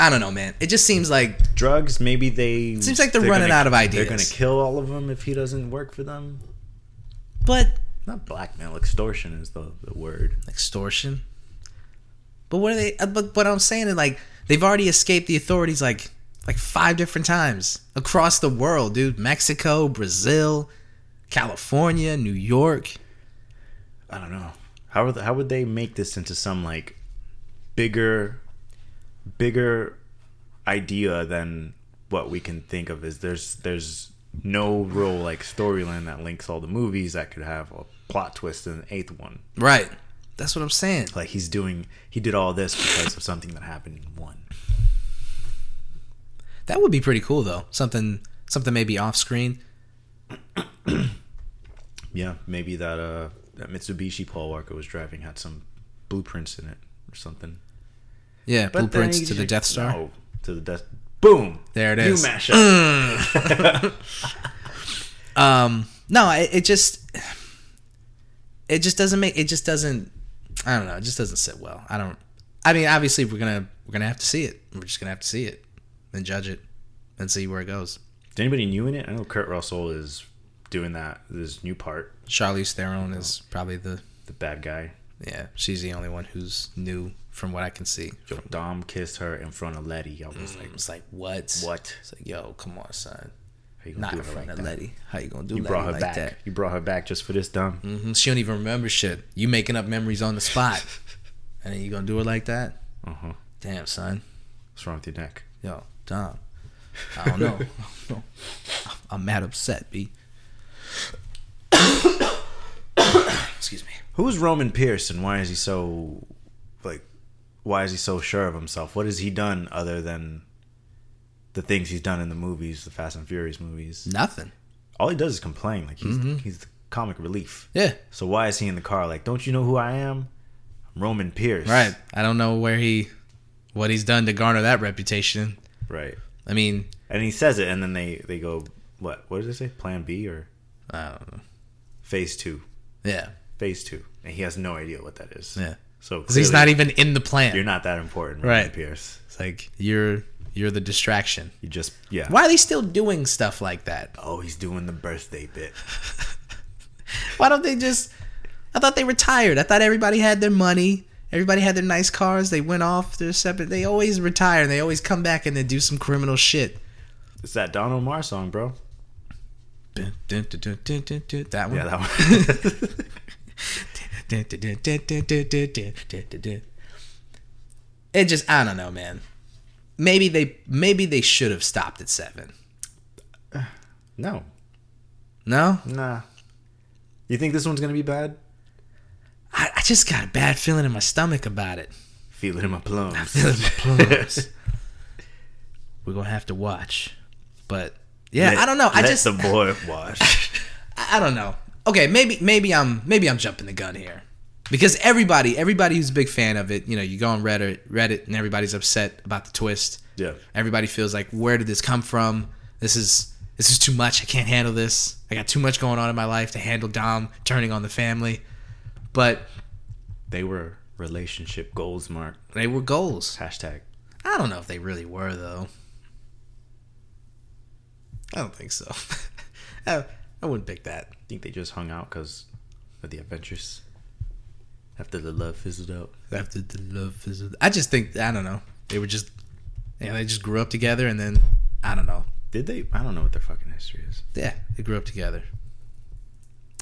S1: I don't know, man. It just seems like
S2: Drugs, maybe they.
S1: Seems like they're running
S2: gonna-
S1: out of ideas.
S2: They're going to kill all of them if he doesn't work for them.
S1: but
S2: Not blackmail, extortion is the, the word.
S1: extortion. But what are they? uh, But what I'm saying is like they've already escaped the authorities like like five different times across the world, dude. Mexico, Brazil, California, New York.
S2: I don't know. How, are the, how would they make this into some like bigger, bigger idea than what we can think of? Is there's there's no real like storyline that links all the movies that could have a plot twist in the eighth one.
S1: Right. That's what I'm saying.
S2: like he's doing he did all this because of something that happened in one
S1: That would be pretty cool though. Something something maybe off screen.
S2: yeah maybe that uh that mitsubishi paul walker was driving had some blueprints in it or something
S1: Yeah,
S2: But then
S1: blueprints
S2: he
S1: to the
S2: just-
S1: Death Star.
S2: no, to the death boom
S1: There it
S2: you
S1: is.
S2: mash [clears throat] up
S1: um no it, it just it just doesn't make it just doesn't i don't know it just doesn't sit well i don't i mean obviously we're gonna we're gonna have to see it we're just gonna have to see it and judge it and see where it goes
S2: is anybody new in it i know kurt russell is doing that this new part
S1: charlize theron is probably the
S2: the bad guy
S1: yeah she's the only one who's new from what i can see
S2: Yo, dom kissed her in front of letty i was like
S1: it's like what
S2: what
S1: it's like yo come on son
S2: how you gonna
S1: not
S2: do
S1: in
S2: her
S1: front
S2: like
S1: of
S2: that?
S1: letty how you gonna do
S2: you
S1: Letty
S2: brought her
S1: like
S2: back
S1: that
S2: you brought her back just for this dom
S1: hmm she don't even remember shit you making up memories on the
S2: [laughs]
S1: spot and then you gonna do it like that
S2: uh-huh
S1: damn son
S2: what's wrong with your neck
S1: Yo, Tom. I don't know. [laughs] No. I'm mad upset, B. [coughs] Excuse me.
S2: Who's Roman Pierce and why is he so like why is he so sure of himself? What has he done other than the things he's done in the movies, the Fast and Furious movies?
S1: Nothing.
S2: All he does is complain. Like he's
S1: Mm-hmm.
S2: he's the comic relief.
S1: Yeah.
S2: So why is he in the car? Like, don't you know who I am? I'm Roman Pierce.
S1: Right. I don't know where he, what he's done to garner that reputation.
S2: Right.
S1: I mean,
S2: And he says it and then they they go what what did they say? Plan B or
S1: I don't know.
S2: phase two.
S1: Yeah.
S2: Phase two. and he has no idea what that is.
S1: Yeah.
S2: So
S1: 'Cause he's
S2: clearly,
S1: not even in the plant.
S2: You're not that important,
S1: Right.
S2: right, Pierce.
S1: It's like you're you're the distraction.
S2: You just yeah.
S1: Why are they still doing stuff like that?
S2: Oh, he's doing the birthday bit.
S1: Why don't they just? I thought they retired. I thought everybody had their money. Everybody had their nice cars. They went off their separate. They always retire and they always come back and they do some criminal shit.
S2: It's that Don Omar song, bro.
S1: Dun, dun, dun, dun, dun, dun, dun. That one.
S2: Yeah, that one.
S1: [laughs] Dun, dun, dun, dun, dun, dun, dun, dun, dun, dun, dun. It just I don't know, man. Maybe they maybe they should have stopped at seven.
S2: no,
S1: No,
S2: nah. You think this one's gonna be bad?
S1: I, I just got a bad feeling in my stomach about it.
S2: Feel it in my
S1: [laughs]
S2: plums.
S1: feel it in my plums. [laughs] We're gonna have to watch, but yeah,
S2: Let-
S1: I don't know. I
S2: let
S1: just
S2: the boy [laughs]
S1: [laughs]
S2: wash.
S1: I I don't know. Okay, maybe maybe I'm maybe I'm jumping the gun here. Because everybody, everybody who's a big fan of it, you know, you go on Reddit, Reddit, and everybody's upset about the twist.
S2: Yeah.
S1: Everybody feels like, where did this come from? This is this is too much. I can't handle this. I got too much going on in my life to handle Dom turning on the family. But
S2: they were relationship goals, Mark.
S1: they were goals.
S2: Hashtag.
S1: I don't know if they really were though. I don't think so. [laughs] I, I wouldn't pick that.
S2: think they just hung out because of the adventures. After the love fizzled out.
S1: after the love is I just think I don't know. They were just you know, they just grew up together and then I don't know.
S2: Did they? I don't know what their fucking history is.
S1: Yeah, they grew up together.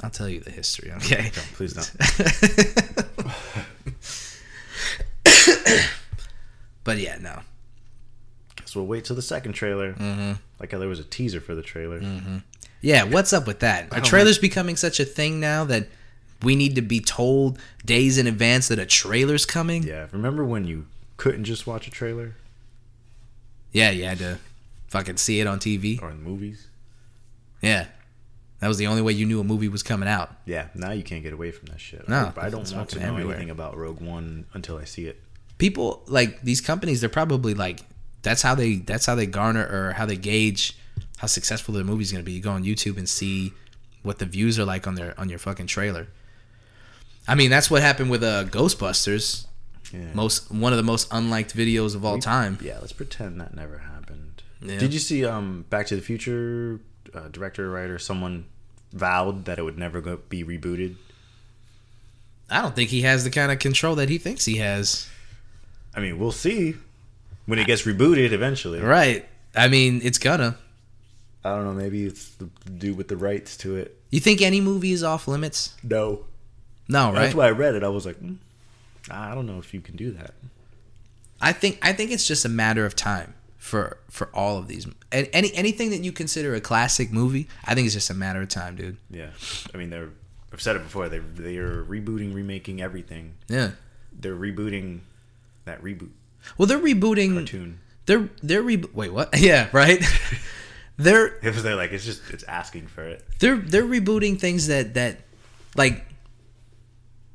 S1: I'll tell you the history, okay?
S2: Don't, please don't.
S1: [laughs]
S2: [laughs]
S1: but yeah, no.
S2: Guess we'll wait till the second trailer. Mm-hmm. Like how there was a teaser for the trailer.
S1: Mm. Yeah, what's up with that? Are trailers becoming such a thing now that we need to be told days in advance that a trailer's coming?
S2: Yeah. Remember when you couldn't just watch a trailer
S1: yeah you had to fucking see it on TV.
S2: or in movies?
S1: Yeah. That was the only way you knew a movie was coming out.
S2: Yeah. Now you can't get away from that shit.
S1: No,
S2: I, I don't
S1: it's
S2: want to
S1: fucking
S2: know
S1: everywhere.
S2: anything about Rogue One until I see it.
S1: people like these companies they're probably like that's how they that's how they garner or how they gauge how successful their movie's going to be you go on youtube and see what the views are like on their on your fucking trailer i mean that's what happened with uh ghostbusters
S2: Yeah.
S1: most one of the most unliked videos of all time
S2: Yeah. Let's pretend that never happened.
S1: Yeah.
S2: Did you see um Back to the Future uh, director writer someone vowed that it would never go, be rebooted?
S1: i don't think he has the kind of control that he thinks he has
S2: I mean, we'll see when it gets rebooted eventually.
S1: right i mean it's gonna
S2: I don't know. Maybe it's the dude with the rights to it.
S1: you think any movie is off limits
S2: No,
S1: no right
S2: that's why I read it. I was like, mm, I don't know if you can do that.
S1: I think I think it's just a matter of time for for all of these. And any anything that you consider a classic movie, I think it's just a matter of time, dude.
S2: Yeah, I mean, they're I've said it before. They they are rebooting, remaking everything.
S1: Yeah.
S2: They're rebooting that reboot
S1: Well, they're rebooting.
S2: cartoon. [laughs]
S1: They're they're re- Wait, what? [laughs] Yeah, right. they're
S2: It was they're like it's just it's asking for it.
S1: they're they're rebooting things that that like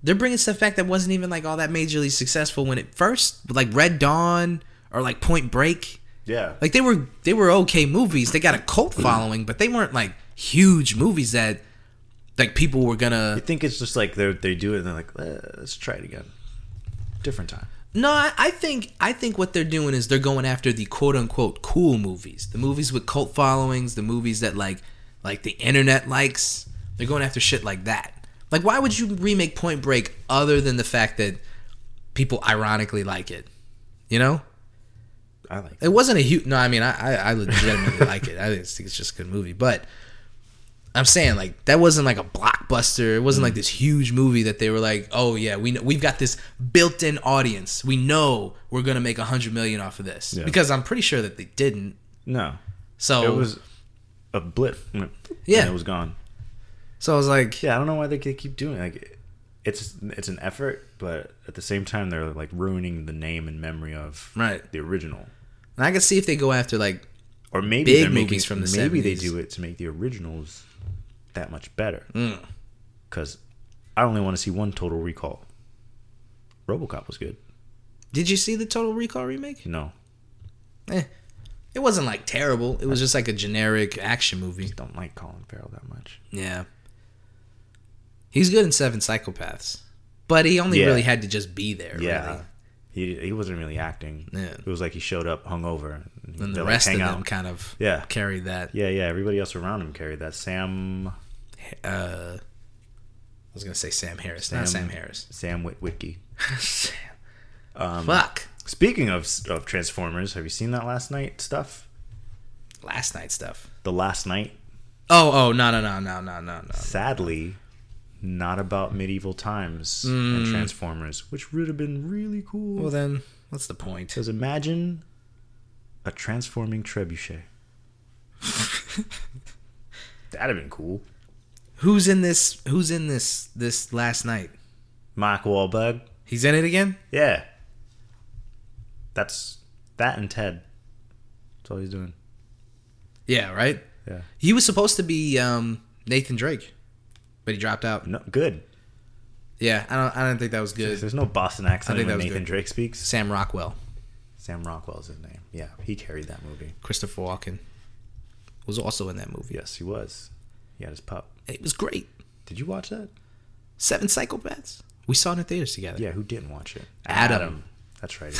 S1: they're bringing stuff back that wasn't even like all that majorly successful when it first like Red Dawn or like Point Break.
S2: Yeah,
S1: like they were they were okay movies. They got a cult following, but they weren't like huge movies that like people were gonna.
S2: I think it's just like they they do it and they're like, "Eh, let's try it again, different time.
S1: No, I, I think I think what they're doing is they're going after the quote unquote cool movies, the movies with cult followings, the movies that like like the internet likes. They're going after shit like that. Like, why would you remake Point Break other than the fact that people ironically like it? You know,
S2: I like
S1: it wasn't a huge. No, I mean, I I, I
S2: [laughs]
S1: legitimately like it. I just think it's just a good movie. But I'm saying like that wasn't like a blockbuster. It wasn't like
S2: Mm.
S1: this huge movie that they were like, oh yeah, we know, we've got this built-in audience. We know we're gonna make a hundred million off of this
S2: Yeah.
S1: because I'm pretty sure that they didn't.
S2: no.
S1: So
S2: It was a blip. and
S1: Yeah.
S2: it was gone.
S1: so I was like,
S2: Yeah, I don't know why they they keep doing it. like it's it's an effort, but at the same time they're like ruining the name and memory of
S1: right.
S2: the original.
S1: And I can see if they go after like
S2: Or maybe
S1: Big
S2: they're making
S1: movies from the
S2: maybe they
S1: 70s.
S2: do it to make the originals that much better.
S1: Mm.
S2: Because I only want to see one Total Recall. RoboCop was good.
S1: did you see the Total Recall remake?
S2: No,
S1: Eh. It wasn't like terrible. It was just like a generic action movie.
S2: don't like Colin Farrell that much.
S1: Yeah. He's good in Seven Psychopaths. But he only
S2: Yeah.
S1: really had to just be there.
S2: Yeah.
S1: Really.
S2: He he wasn't really acting.
S1: Yeah.
S2: It was like he showed up hungover. And,
S1: And
S2: they'd,
S1: the
S2: like,
S1: rest
S2: hang
S1: of
S2: out.
S1: them kind of
S2: Yeah.
S1: carried that.
S2: Yeah, yeah. Everybody else around him carried that. Sam
S1: Uh, I was gonna say Sam Harris, not
S2: Sam-
S1: Sam Harris.
S2: Sam Wit- Witwicky.
S1: Sam. Fuck.
S2: Speaking of of Transformers, have you seen that last night stuff?
S1: Last night stuff.
S2: The last night,
S1: Oh, oh, no, no, no, no, no, no, no.
S2: sadly, not about medieval times and Transformers, which would have been really cool.
S1: Mm. Well, then, what's the point?
S2: Because imagine a
S1: [laughs]
S2: transforming trebuchet. That'd have been cool.
S1: Who's in this? Who's in this? This last night.
S2: Mark Wahlberg.
S1: He's in it again.
S2: Yeah. That's that and Ted. That's all he's doing.
S1: Yeah, right.
S2: Yeah.
S1: He was supposed to be um, Nathan Drake, but he dropped out.
S2: No, good.
S1: Yeah, I don't. I don't think that was good.
S2: There's no Boston accent
S1: I think
S2: when
S1: that was
S2: Nathan
S1: good.
S2: Drake speaks.
S1: Sam Rockwell,
S2: Sam Rockwell's his name. Yeah, he carried that movie.
S1: Christopher Walken, was also in that movie.
S2: Yes, he was. He had his pup.
S1: And It was great.
S2: Did you watch that?
S1: Seven Psychopaths. We saw it in theaters together.
S2: Yeah, who didn't watch it?
S1: Adam.
S2: That's right.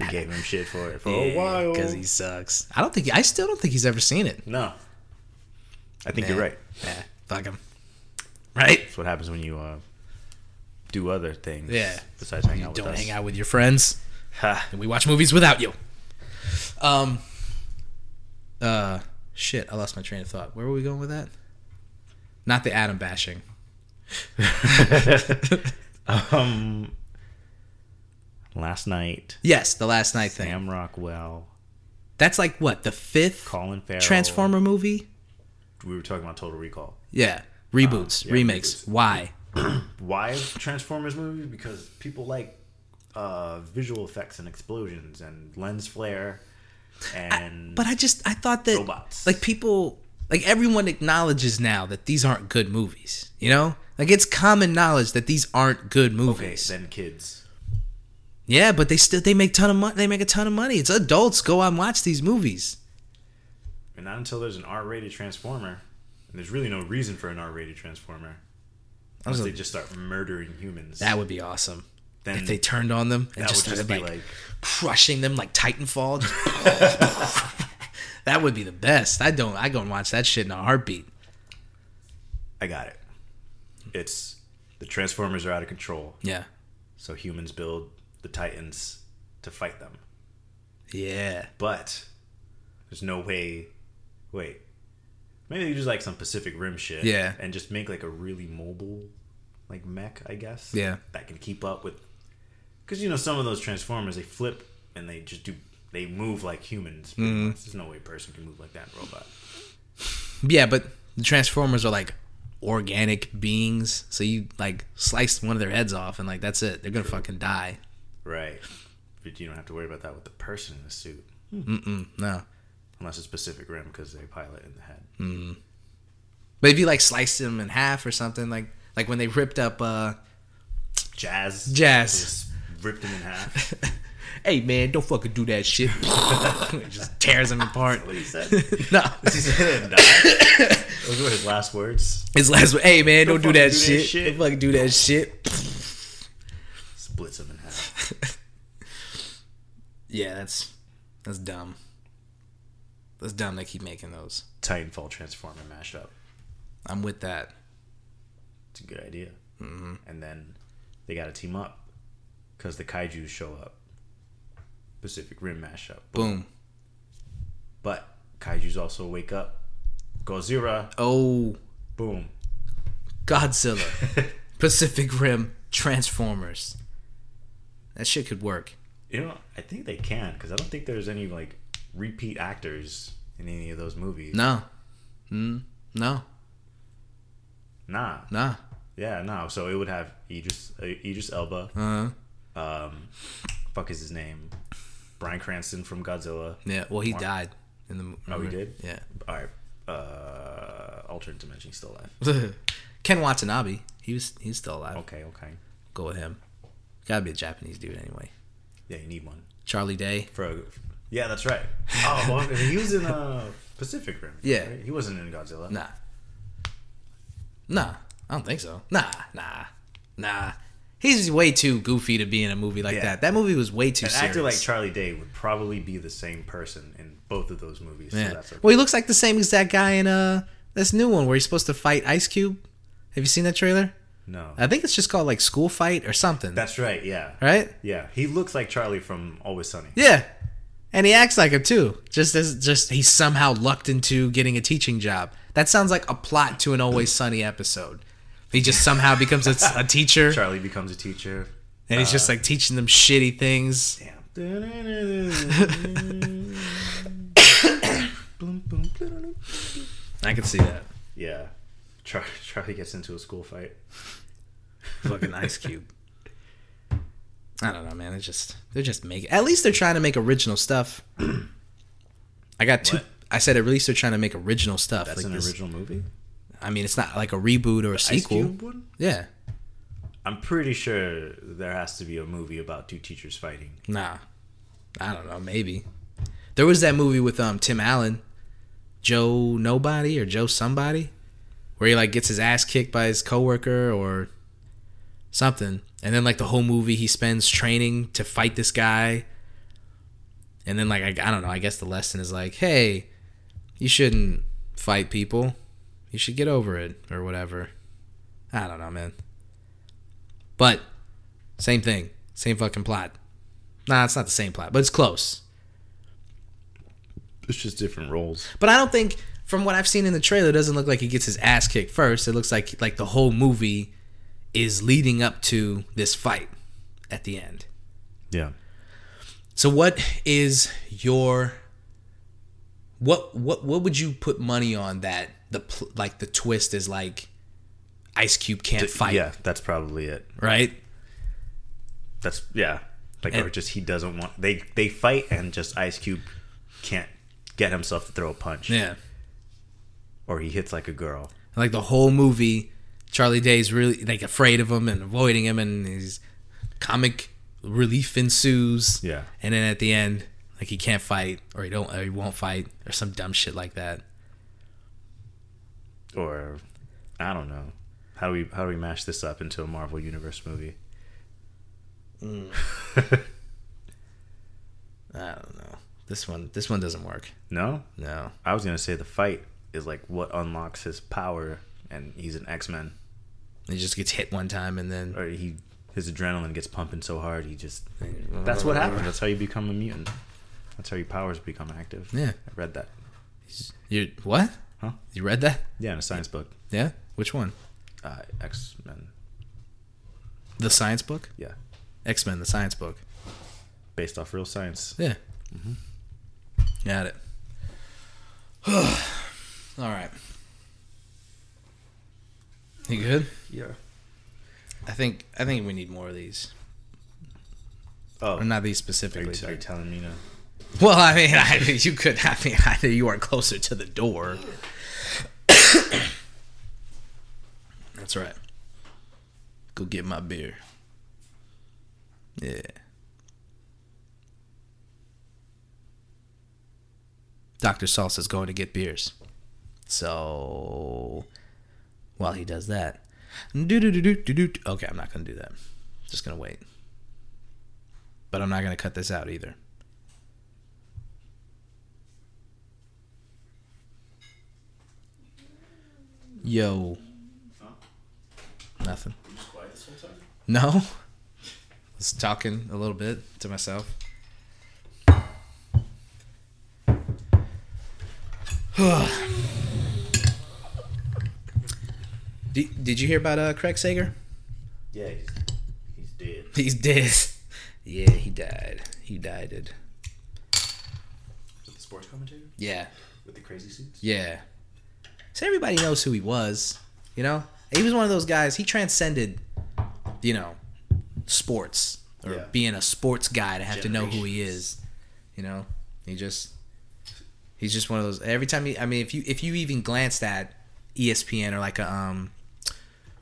S1: [laughs]
S2: we gave him shit for it for a while.
S1: because he sucks. I don't think. I still don't think he's ever seen it.
S2: No. I think you're
S1: Nah.
S2: right.
S1: Nah, fuck him. Right?
S2: That's what happens when you uh, do other things.
S1: Yeah.
S2: Besides hang
S1: You
S2: out with
S1: don't
S2: us.
S1: hang out with your friends,
S2: Ha.
S1: and we watch movies without you. Um. Uh, shit. I lost my train of thought. Where were we going with that? Not the Adam bashing.
S2: [laughs] um. Last night,
S1: Yes, the last night thing.
S2: Sam Rockwell,
S1: That's like what the fifth
S2: Colin Farrell.
S1: Transformer movie.
S2: We were talking about Total Recall.
S1: Yeah, reboots,
S2: Uh, yeah,
S1: remakes.
S2: reboots.
S1: Why?
S2: Why Transformers movies? Because people like uh, visual effects and explosions and lens flare and
S1: But I just I thought that
S2: Robots.
S1: like people like everyone acknowledges now that these aren't good movies. You know, like it's common knowledge that these aren't good
S2: okay,
S1: movies.
S2: then kids.
S1: yeah, but they still they make ton of money. They make a ton of money. It's adults go out and watch these movies.
S2: And not until there's an R-rated Transformer, and there's really no reason for an R-rated Transformer. Unless they just start murdering humans.
S1: That would be awesome
S2: then
S1: if they turned on them and
S2: Mm. that
S1: just
S2: would
S1: started
S2: just be
S1: like,
S2: like
S1: crushing them like Titanfall.
S2: [laughs]
S1: [laughs] that would be the best. I don't. I go and watch that shit in a heartbeat.
S2: I got it. It's the Transformers are out of control,
S1: Yeah.
S2: so humans build the Titans to fight them.
S1: Yeah.
S2: But there's no way. Wait, maybe they just like some Pacific Rim shit,
S1: Yeah.
S2: and just make like a really mobile, like mech, I guess,
S1: Yeah.
S2: that can keep up with. Because you know some of those Transformers they flip and they just do they move like humans. pretty
S1: Mm-hmm.
S2: much. There's no way a person can move like that robot.
S1: Yeah, but the Transformers are like organic beings. So you like sliced one of their heads off and like that's it. They're gonna fucking die.
S2: Right. But you don't have to worry about that with the person in the suit.
S1: No.
S2: Unless it's Pacific Rim because they pilot in the head.
S1: But if you like sliced them in half or something, like like when they ripped up uh [laughs]
S2: Jazz.
S1: Jazz.
S2: Just ripped him
S1: [laughs]
S2: in half.
S1: Hey man, don't fucking do that shit. [laughs] It just tears them
S2: [laughs]
S1: apart.
S2: What he said?
S1: no.
S2: He said and died. Those were his last words.
S1: His last one. Hey man, don't,
S2: Don't
S1: do that,
S2: fucking do that
S1: shit.
S2: shit.
S1: Don't fucking do that shit.
S2: Splits him in half.
S1: Yeah, that's that's dumb. That's dumb they keep making those.
S2: Titanfall Transformer mashup.
S1: I'm with that.
S2: It's a good idea. Mm-hmm. And then they got to team up because the kaiju show up. Pacific Rim mashup.
S1: Boom.
S2: But kaiju's also wake up. Gozira.
S1: Oh,
S2: Boom.
S1: Godzilla.
S2: [laughs]
S1: Pacific Rim, Transformers. That shit could work.
S2: You know, I think they can because I don't think there's any like repeat actors in any of those movies.
S1: No. Mm, no.
S2: Nah.
S1: Nah.
S2: Yeah, no. So it would have Idris, uh, Idris Elba.
S1: Uh-huh.
S2: Um, fuck is his name? Brian Cranston from Godzilla.
S1: Yeah. Well, he
S2: Mark-
S1: died in the movie.
S2: Oh, he did?
S1: Yeah. [laughs]
S2: All right. Uh, alternate dimension, he's still alive.
S1: Ken Watanabe. He was. He's still alive.
S2: Okay, okay.
S1: Go with him. Gotta be a Japanese dude anyway.
S2: Yeah, you need one.
S1: Charlie Day.
S2: For a, yeah, that's right. Oh, well, he was in uh, Pacific Rim.
S1: Yeah.
S2: right? He wasn't in Godzilla.
S1: Nah. Nah. I don't think so. Nah. Nah. Nah. He's way too goofy to be in a movie like
S2: Yeah.
S1: that. That movie was way too
S2: An
S1: serious.
S2: actor like Charlie Day would probably be the same person in both of those movies.
S1: Yeah.
S2: So that's okay.
S1: Well, he looks like the same exact guy in uh this new one where he's supposed to fight Ice Cube. Have you seen that trailer?
S2: no.
S1: I think it's just called like School Fight or something.
S2: That's right. Yeah.
S1: right?
S2: Yeah. He looks like Charlie from Always Sunny.
S1: Yeah. And he acts like him too. Just as just he somehow lucked into getting a teaching job. That sounds like a plot to an Always Sunny episode. He just somehow becomes a, a
S2: [laughs]
S1: teacher
S2: Charlie becomes a teacher.
S1: and he's just like teaching them shitty things.
S2: Damn.
S1: I can see that.
S2: [laughs] yeah. Char- Charlie gets into a school fight. [laughs]
S1: Fucking Ice Cube. I don't know, man. It's just they're just making. At least they're trying to make original stuff. I got two.
S2: What?
S1: I said at least they're trying to make original stuff.
S2: That's
S1: like
S2: an
S1: this-
S2: original movie.
S1: I mean, it's not like a reboot or a sequel.
S2: Ice Cube one.
S1: Yeah.
S2: I'm pretty sure there has to be a movie about two teachers fighting.
S1: Nah. I don't know. Maybe there was that movie with um Tim Allen, Joe Nobody or Joe Somebody, where he like gets his ass kicked by his coworker or something, and then like the whole movie he spends training to fight this guy. And then like I, I don't know. I guess the lesson is like, hey, you shouldn't fight people. You should get over it or whatever. I don't know, man. But same thing, same fucking plot. Nah, it's not the same plot, but it's close.
S2: It's just different roles.
S1: But I don't think, from what I've seen in the trailer, it doesn't look like he gets his ass kicked first. It looks like like the whole movie is leading up to this fight at the end.
S2: Yeah.
S1: So what is your what what what would you put money on that the pl- like the twist is like Ice Cube can't fight,
S2: Yeah, that's probably it.
S1: right?
S2: That's yeah. Like or
S1: And-
S2: just he doesn't want they they fight and just Ice Cube can't get himself to throw a punch.
S1: Yeah.
S2: Or he hits like a girl.
S1: Like the whole movie, Charlie Day's really like afraid of him and avoiding him, and his comic relief ensues.
S2: Yeah.
S1: and then at the end, like he can't fight or he don't or he won't fight or some dumb shit like that.
S2: Or I don't know. How do we how do we mash this up into a Marvel universe movie?
S1: I don't know. This one, this one doesn't work.
S2: No?
S1: No.
S2: I was gonna say the fight is like what unlocks his power and he's an X Men.
S1: He just gets hit one time and then
S2: Or he his adrenaline gets pumping so hard he just That's what happens. That's how you become a mutant. That's how your powers become active.
S1: Yeah.
S2: I read that.
S1: You what?
S2: Huh?
S1: You read that?
S2: Yeah, in a science book.
S1: Yeah. Which one?
S2: Uh, X Men.
S1: The science book?
S2: Yeah.
S1: X Men, the science book.
S2: Based off real science.
S1: Yeah. Mm-hmm. Got it. [sighs] All right. You good?
S2: Yeah.
S1: I think I think we need more of these.
S2: Oh,
S1: Or not these
S2: are, you
S1: specifically.
S2: are you telling me no?
S1: Well, I mean, I, you could. I mean, either you are closer to the door. That's right. Go get my beer. Yeah. Dr. Salsa's going to get beers. So, while he does that, doo-doo-doo-doo-doo-doo. okay, I'm not going to do that. Just going to wait. But I'm not going to cut this out either. Yo. Nothing. No. [laughs] Was talking a little bit to myself. [sighs] did, did you hear about uh, Craig Sager?
S2: Yeah, he's, he's dead.
S1: He's dead. [laughs] Yeah, he died. He died.
S2: Is it the sports commentator
S1: Yeah.
S2: with the crazy suits?
S1: Yeah. So everybody knows who he was, you know? He was one of those guys, he transcended, you know, sports or
S2: Yeah.
S1: being a sports guy to have to know who he is, you know? He just he's just one of those every time he I mean if you if you even glanced at E ESPN or like a um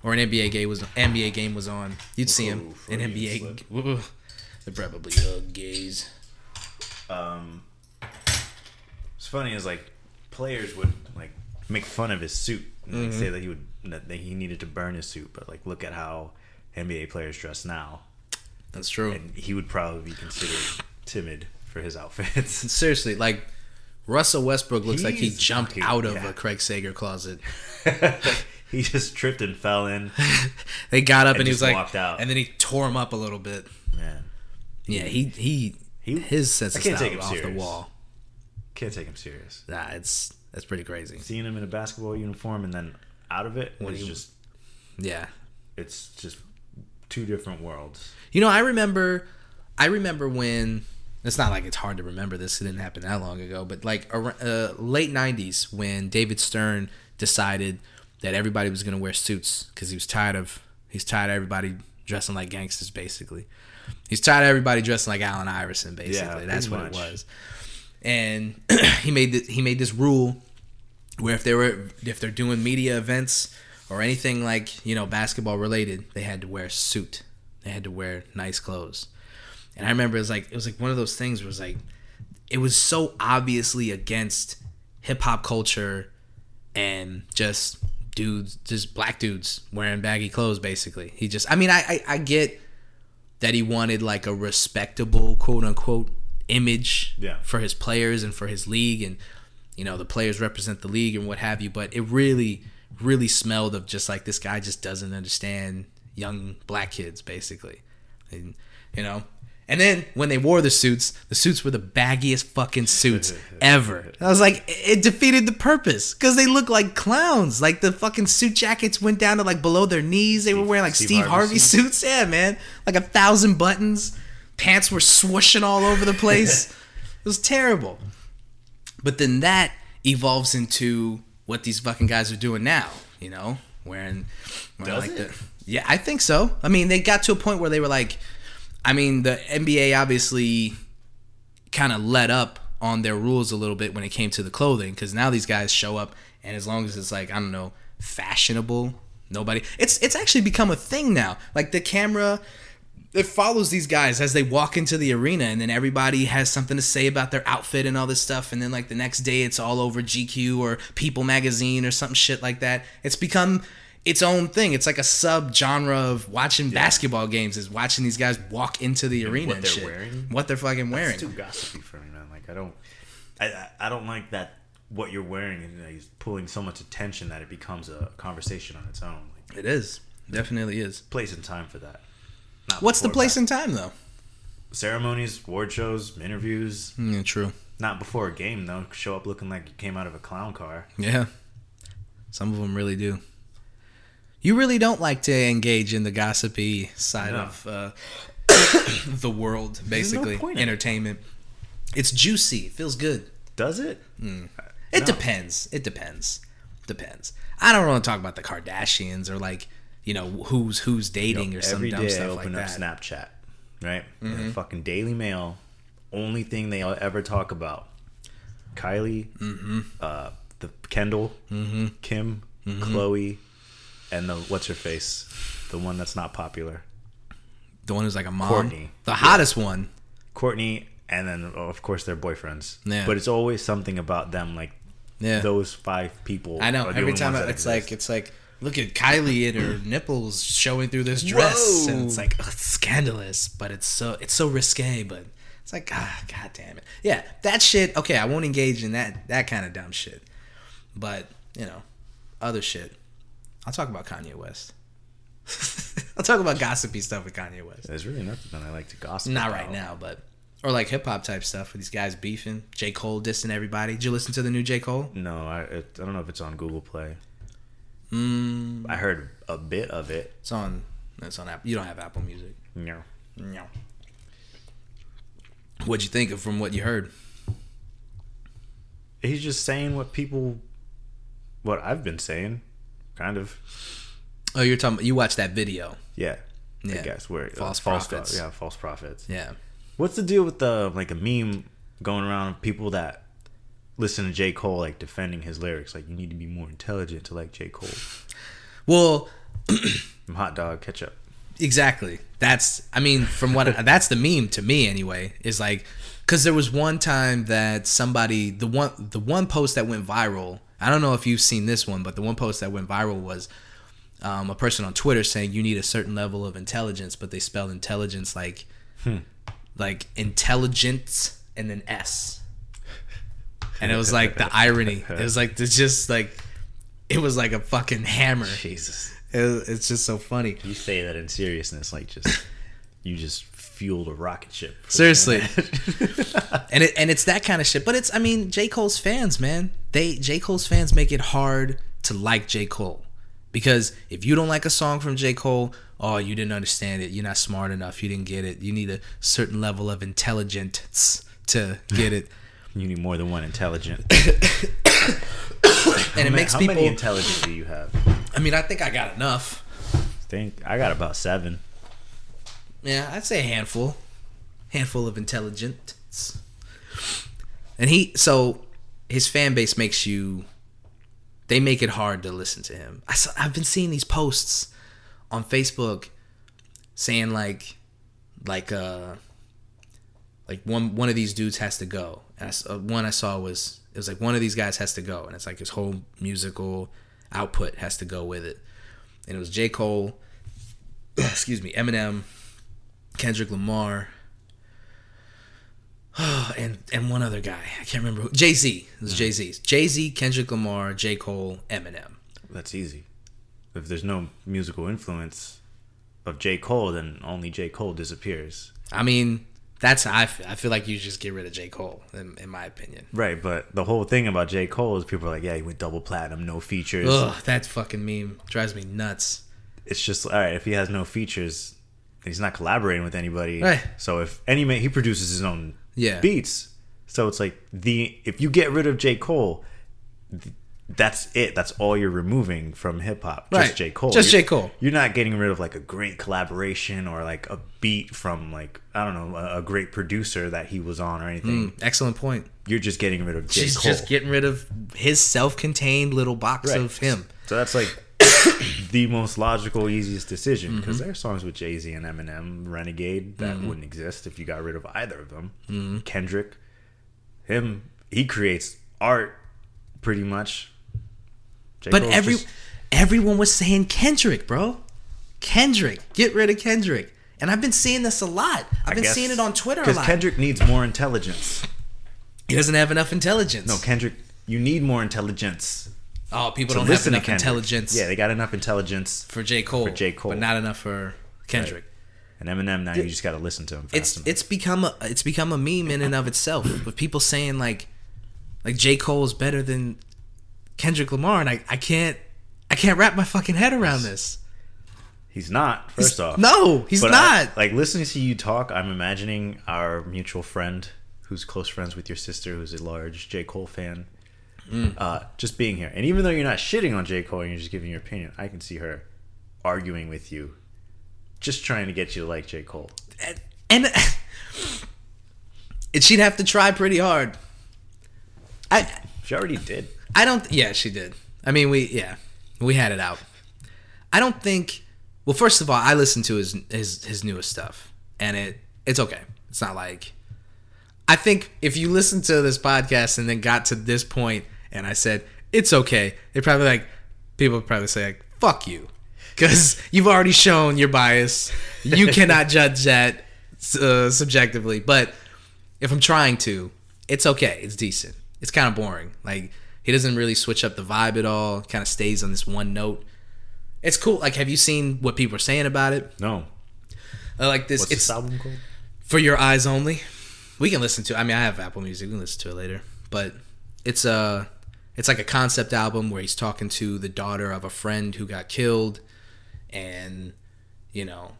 S1: or an NBA game was NBA game was on, you'd see him
S2: Ooh,
S1: in
S2: Freudian
S1: NBA. Ooh, they're probably uh, gays.
S2: Um, it's funny is like players would like make fun of his suit and like, say that he would that that he needed to burn his suit, but like look at how NBA players dress now,
S1: That's true.
S2: and he would probably be considered timid for his outfits. [laughs]
S1: Seriously, like Russell Westbrook looks like he
S2: He's
S1: jumped
S2: fucking-
S1: out of
S2: yeah.
S1: a Craig Sager closet. [laughs]
S2: he just tripped and fell in.
S1: they got up and,
S2: And
S1: he was
S2: just
S1: like,
S2: walked out.
S1: and then he tore him up a little bit.
S2: Man,
S1: Yeah, he he,
S2: He-
S1: his sense
S2: I
S1: of
S2: can't
S1: style
S2: take him
S1: off the
S2: serious.
S1: wall.
S2: can't take him serious.
S1: Nah, it's that's pretty crazy.
S2: Seeing him in a basketball uniform and then out of it
S1: When
S2: is
S1: he-
S2: just
S1: Yeah,
S2: it's just two different worlds.
S1: you know, I remember, I remember when. It's not like it's hard to remember this. It didn't happen that long ago, but like ar- uh, late '90s when David Stern decided that everybody was gonna wear suits because he was tired of he's tired of everybody dressing like gangsters. Basically, he's tired of everybody dressing like Allen Iverson. Basically,
S2: pretty
S1: that's what
S2: much.
S1: it was. And [clears throat] he made th- he made this rule where if they were if they're doing media events or anything like you know basketball related, they had to wear a suit. They had to wear nice clothes. And I remember it was like it was like one of those things where it was like it was so obviously against hip hop culture and just dudes just black dudes wearing baggy clothes basically. He just I mean I I, I get that he wanted like a respectable quote unquote image
S2: Yeah.
S1: for his players and for his league and you know the players represent the league and what have you but it really really smelled of just like this guy just doesn't understand young black kids basically and you know and then when they wore the suits the suits were the baggiest fucking suits ever i was like it defeated the purpose because they look like clowns like the fucking suit jackets went down to like below their knees they were wearing like
S2: Steve
S1: steve,
S2: Harvey
S1: harvey suits yeah man like a thousand buttons pants were swooshing all over the
S2: [laughs]
S1: place it was terrible but then that evolves into what these fucking guys are doing now, you know? Wearing, wearing
S2: Does
S1: like
S2: it?
S1: the Yeah, I think so. I mean, they got to a point where they were like I mean, the NBA obviously kind of let up on their rules a little bit when it came to the clothing cuz now these guys show up and as long as it's like, I don't know, fashionable, nobody It's it's actually become a thing now. Like the camera it follows these guys as they walk into the arena and then everybody has something to say about their outfit and all this stuff and then like the next day it's all over GQ or People magazine or some shit like that. It's become its own thing. It's like a sub genre of watching basketball games is watching these guys walk into the arena
S2: what
S1: and
S2: they're
S1: shit.
S2: wearing?
S1: What they're fucking wearing.
S2: It's too gossipy for me, man. Like I don't, I- I I don't like that. What you're wearing is like, is pulling so much attention that it becomes a conversation on its own. Like,
S1: It is. Definitely is.
S2: place and time for that. Not
S1: What's the
S2: before
S1: place
S2: that.
S1: and time though?
S2: ceremonies, award shows, interviews?
S1: Yeah, true.
S2: Not before a game though. Show up looking like you came out of a clown car.
S1: Yeah. Some of them really do. You really don't like to engage in the gossipy side
S2: No.
S1: of uh, [coughs] the world, basically.
S2: point in it.
S1: Entertainment. It's juicy. It feels good.
S2: Does it?
S1: It
S2: No.
S1: depends. It depends. Depends. I don't want to talk about the Kardashians or like, you know, who's who's dating or some
S2: Every
S1: dumb
S2: day I
S1: stuff like
S2: open up
S1: that. Mm-hmm.
S2: Snapchat, right? And fucking Daily Mail. Only thing they ever talk about: Kylie,
S1: Mm-hmm.
S2: uh, the Kendall, Kim,
S1: Mm-hmm.
S2: Chloe, and the what's her face, the one that's not popular,
S1: the one who's like a mom.
S2: Courtney.
S1: The hottest one.
S2: Courtney, and then oh, of course their boyfriends.
S1: Yeah.
S2: But it's always something about them, like
S1: Yeah.
S2: those five people.
S1: I know.
S2: are the
S1: Every
S2: only
S1: time
S2: ones
S1: I,
S2: that
S1: it's
S2: exist.
S1: like it's like look at Kylie and
S2: [clears throat]
S1: her nipples showing through this dress, and it's
S2: Whoa.
S1: like ugh, it's scandalous, but it's so it's so risque, but it's like ah, god damn it, yeah, that shit. Okay, I won't engage in that that kind of dumb shit, but you know, other shit. I'll talk about Kanye West. [laughs] I'll talk about gossipy stuff with Kanye West.
S2: there's really nothing that I like to gossip.
S1: Not
S2: about.
S1: right now, but or like hip hop type stuff with these guys beefing. J Cole dissing everybody. Did you listen to the new J Cole?
S2: No, I it, I don't know if it's on Google Play. Mm. I heard a bit of it.
S1: It's on. It's on Apple. You don't have Apple Music.
S2: No.
S1: No. What'd you think of from what you heard?
S2: He's just saying what people, what I've been saying, kind of.
S1: Oh, you're talking. You watched that video.
S2: Yeah. I
S1: Yeah.
S2: guess where
S1: False
S2: pro-
S1: prophets.
S2: yeah, false prophets.
S1: Yeah.
S2: What's the deal with the like a meme going around of people that listen to J Cole like defending his lyrics? Like you need to be more intelligent to like J Cole.
S1: Well,
S2: From hot dog ketchup.
S1: exactly. That's. I mean, from what that's the meme to me anyway is like, because there was one time that somebody the one the one post that went viral. I don't know if you've seen this one, but the one post that went viral was um, a person on Twitter saying you need a certain level of intelligence, but they spelled intelligence like like intelligence and then S. And it was like the irony. It was like it's just like it was like a fucking hammer.
S2: Jesus.
S1: It, it's just so funny.
S2: You say that in seriousness, like just you just fueled a rocket ship. [laughs]
S1: Seriously. and it and it's that kind of shit. But it's I mean J Cole's fans, man. They J Cole's fans make it hard to like J Cole because if you don't like a song from J Cole, oh you didn't understand it. You're not smart enough. You didn't get it. You need a certain level of intelligence to get
S2: [sighs]
S1: it.
S2: you need more than one
S1: [laughs]
S2: intelligent.
S1: And it
S2: Ma-
S1: makes
S2: How
S1: people.
S2: many intelligent do you have?
S1: I mean, I think I got enough.
S2: Think I got about seven.
S1: Yeah, I'd say a handful, handful of intelligence. And he, so his fan base makes you, they make it hard to listen to him. I saw, I've been seeing these posts on Facebook saying like, like uh, like one one of these dudes has to go. And I s uh, one I saw was it was like one of these guys has to go, and it's like his whole musical output has to go with it. And it was J Cole, [coughs] excuse me, Eminem, Kendrick Lamar, [sighs] and and one other guy. I can't remember who. Jay Z. It was
S2: Mm-hmm.
S1: Jay Z. Jay Z, Kendrick Lamar, J Cole, Eminem.
S2: That's easy. If there's no musical influence of J. Cole, then only J. Cole disappears.
S1: I mean, that's how I feel. I feel like you just get rid of J Cole, in, in my opinion.
S2: Right, but the whole thing about J. Cole is people are like, yeah, he went double platinum, no features.
S1: Ugh, that fucking meme drives me nuts.
S2: It's just all right. If he has no features, he's not collaborating with anybody.
S1: Right.
S2: So if any man, he produces his own
S1: Yeah.
S2: beats. So it's like the if you get rid of J. Cole, th- that's it. That's all you're removing from hip hop.
S1: Right.
S2: Just J. Cole.
S1: Just
S2: You're-
S1: J. Cole.
S2: You're not getting rid of like a great collaboration or like a beat from like I don't know a, a great producer that he was on or anything.
S1: Excellent point.
S2: You're just getting rid of J.
S1: Mm. She's
S2: Cole.
S1: just getting rid of his self-contained little box
S2: Right.
S1: of him.
S2: So that's like [coughs] the most logical, easiest decision
S1: Mm-hmm.
S2: because there are songs with Jay Z and Eminem, Renegade that wouldn't exist if you got rid of either of them.
S1: Mm-hmm.
S2: Kendrick, him, he creates art pretty much. J.
S1: But
S2: Cole's
S1: every
S2: just-
S1: everyone was saying Kendrick, bro. Kendrick, get rid of Kendrick. And I've been seeing this a lot. I've
S2: I
S1: been
S2: guess-
S1: seeing it on Twitter a
S2: because
S1: lot.
S2: Kendrick needs more intelligence.
S1: he doesn't have enough intelligence.
S2: No, Kendrick, you need more intelligence.
S1: oh, people
S2: to
S1: don't have
S2: listen to
S1: enough
S2: Kendrick.
S1: intelligence
S2: Yeah, they got enough intelligence.
S1: for J Cole. For
S2: J. Cole.
S1: but not enough for Kendrick.
S2: And Eminem, now you just got to listen to him. Fast
S1: It's
S2: enough.
S1: it's become a it's become a meme in and of
S2: [clears throat]
S1: itself with people saying like like J Cole is better than Kendrick Lamar, and I, I can't I can't wrap my fucking head around this.
S2: he's not. First off,
S1: No, he's
S2: But I-
S1: not.
S2: like listening to you talk, I'm imagining our mutual friend, who's close friends with your sister, who's a large J. Cole fan, uh, just being here. And even though you're not shitting on J. Cole and you're just giving your opinion, I can see her arguing with you, just trying to get you to like J. Cole.
S1: and [laughs] and she'd have to try pretty hard. I
S2: She already did.
S1: I don't. Yeah, she did. I mean, we yeah, we had it out. I don't think. Well, first of all, I listened to his his his newest stuff, and it it's okay. It's not like. I think if you listened to this podcast and then got to this point, and I said it's okay, they probably like people would probably say like fuck you, because [laughs] you've already shown your bias. You cannot judge that uh, subjectively, but if I'm trying to, it's okay. It's decent. It's kind of boring. Like he doesn't really switch up the vibe at all. Kind of stays on this one note. It's cool. Like, have you seen what people are saying about it?
S2: No.
S1: Uh, like this,
S2: What's
S1: it's
S2: this album called?
S1: for your eyes only. We can listen to. I mean, I have Apple Music. We can listen to it later. But it's a, it's like a concept album where he's talking to the daughter of a friend who got killed, and you know,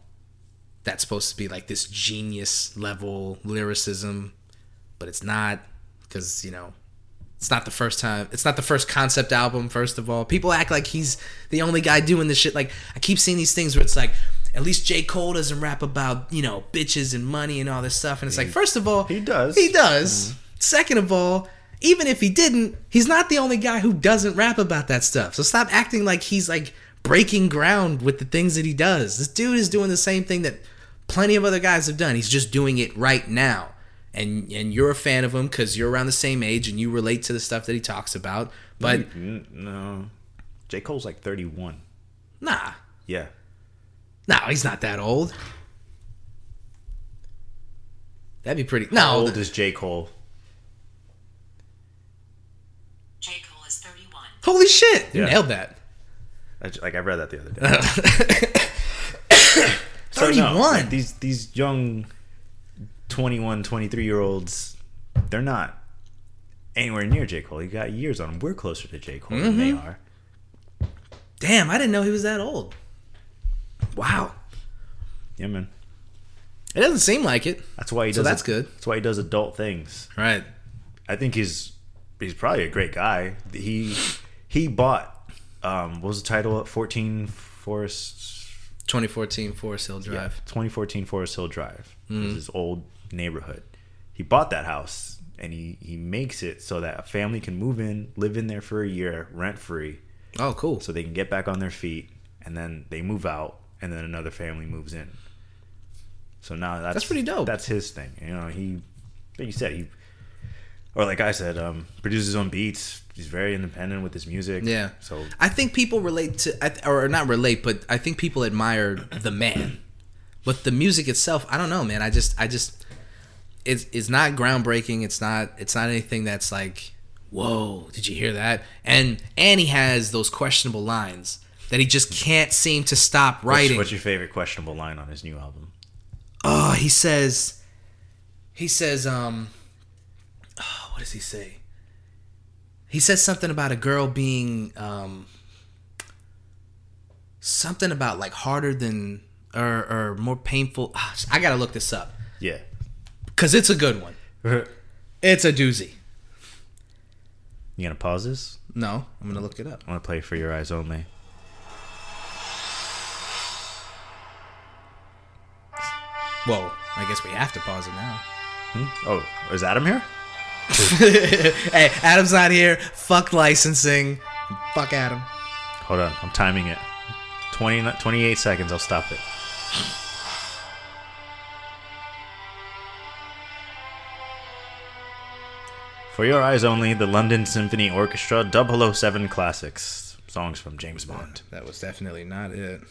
S1: that's supposed to be like this genius level lyricism, but it's not because you know. It's not the first time. It's not the first concept album. First of all, people act like he's the only guy doing this shit. Like I keep seeing these things where it's like, at least J Cole doesn't rap about you know bitches and money and all this stuff. And it's like, first of all,
S2: he does.
S1: He does.
S2: Mm-hmm.
S1: Second of all, even if he didn't, he's not the only guy who doesn't rap about that stuff. So stop acting like he's like breaking ground with the things that he does. This dude is doing the same thing that plenty of other guys have done. He's just doing it right now. And and you're a fan of him cuz you're around the same age and you relate to the stuff that he talks about. But
S2: Mm, No. J. Cole's like 31.
S1: Nah.
S2: Yeah.
S1: No, he's not that old. That'd be pretty. No.
S2: How old
S1: th-
S2: is J. Cole?
S4: J. Cole is 31.
S1: holy shit! You
S2: Yeah.
S1: nailed that.
S2: I ju- like I read that the other
S1: [laughs]
S2: day. [coughs] So, no, like,
S1: 31.
S2: these these young 21, 23 year olds, they're not anywhere near J. Cole. You got years on them. We're closer to J. Cole than they
S1: Mm-hmm.
S2: are.
S1: Damn, I didn't know he was that old. Wow.
S2: Yeah, man.
S1: It doesn't seem like it.
S2: That's why he does.
S1: So that's good.
S2: That's why he does adult things.
S1: Right.
S2: I think he's he's probably a great guy. He he bought um what was the title of 14 Forest
S1: 2014 Forest Hill
S2: yeah,
S1: Drive.
S2: 2014 Forest Hill Drive.
S1: Mm.
S2: It was his old neighborhood. He bought that house and he he makes it so that a family can move in, live in there for a year, rent free,
S1: Oh, cool.
S2: so they can get back on their feet and then they move out and then another family moves in. So now that's,
S1: That's pretty dope.
S2: That's his thing. You know, he like you said, he or like I said, um, produces his own beats. He's very independent with his music.
S1: Yeah.
S2: So
S1: I think people relate to, I th- or not relate, but I think people admire the man. But the music itself, I don't know, man. I just, I just, it's, it's not groundbreaking. It's not, it's not anything that's like, whoa, did you hear that? And, and he has those questionable lines that he just can't seem to stop
S2: what's,
S1: writing.
S2: what's your favorite questionable line on his new album?
S1: oh he says he says um oh, what does he say he says something about a girl being um something about like harder than or or more painful Ah, i gotta look this up
S2: Yeah. [laughs]
S1: because it's a good one
S2: you
S1: it's a doozy
S2: gonna pause this?
S1: no i'm gonna look it up
S2: I'm gonna play for your eyes only.
S1: whoa i guess we have to pause it now
S2: Oh, is Adam here?
S1: hey adam's not here fuck licensing fuck adam
S2: Hold on, I'm timing it. 20, 28 seconds, I'll stop it. For Your Eyes Only, the London Symphony Orchestra 007 Classics. Songs from James Bond.
S1: That was definitely not it.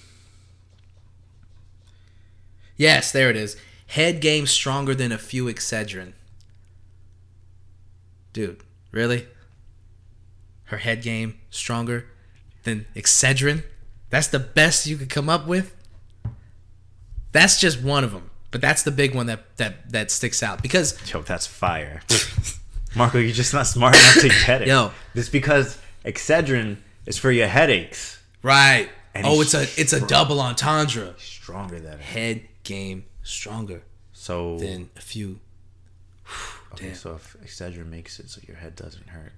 S1: Yes, there it is. Head game stronger than a few Excedrin. Dude, really? Her head game stronger than Excedrin? That's the best you could come up with? That's just one of them, but that's the big one that that that sticks out because
S2: Yo, that's [laughs] fire. Marco, you're just not smart enough to get it.
S1: Yo.
S2: It's because Excedrin is for your headaches.
S1: right.
S2: And
S1: oh, it's
S2: he's
S1: a it's a
S2: strong.
S1: double entendre.
S2: Stronger than it.
S1: Head game stronger
S2: So,
S1: than a few
S2: okay,
S1: damn.
S2: so if Excedrin makes it so your head doesn't hurt.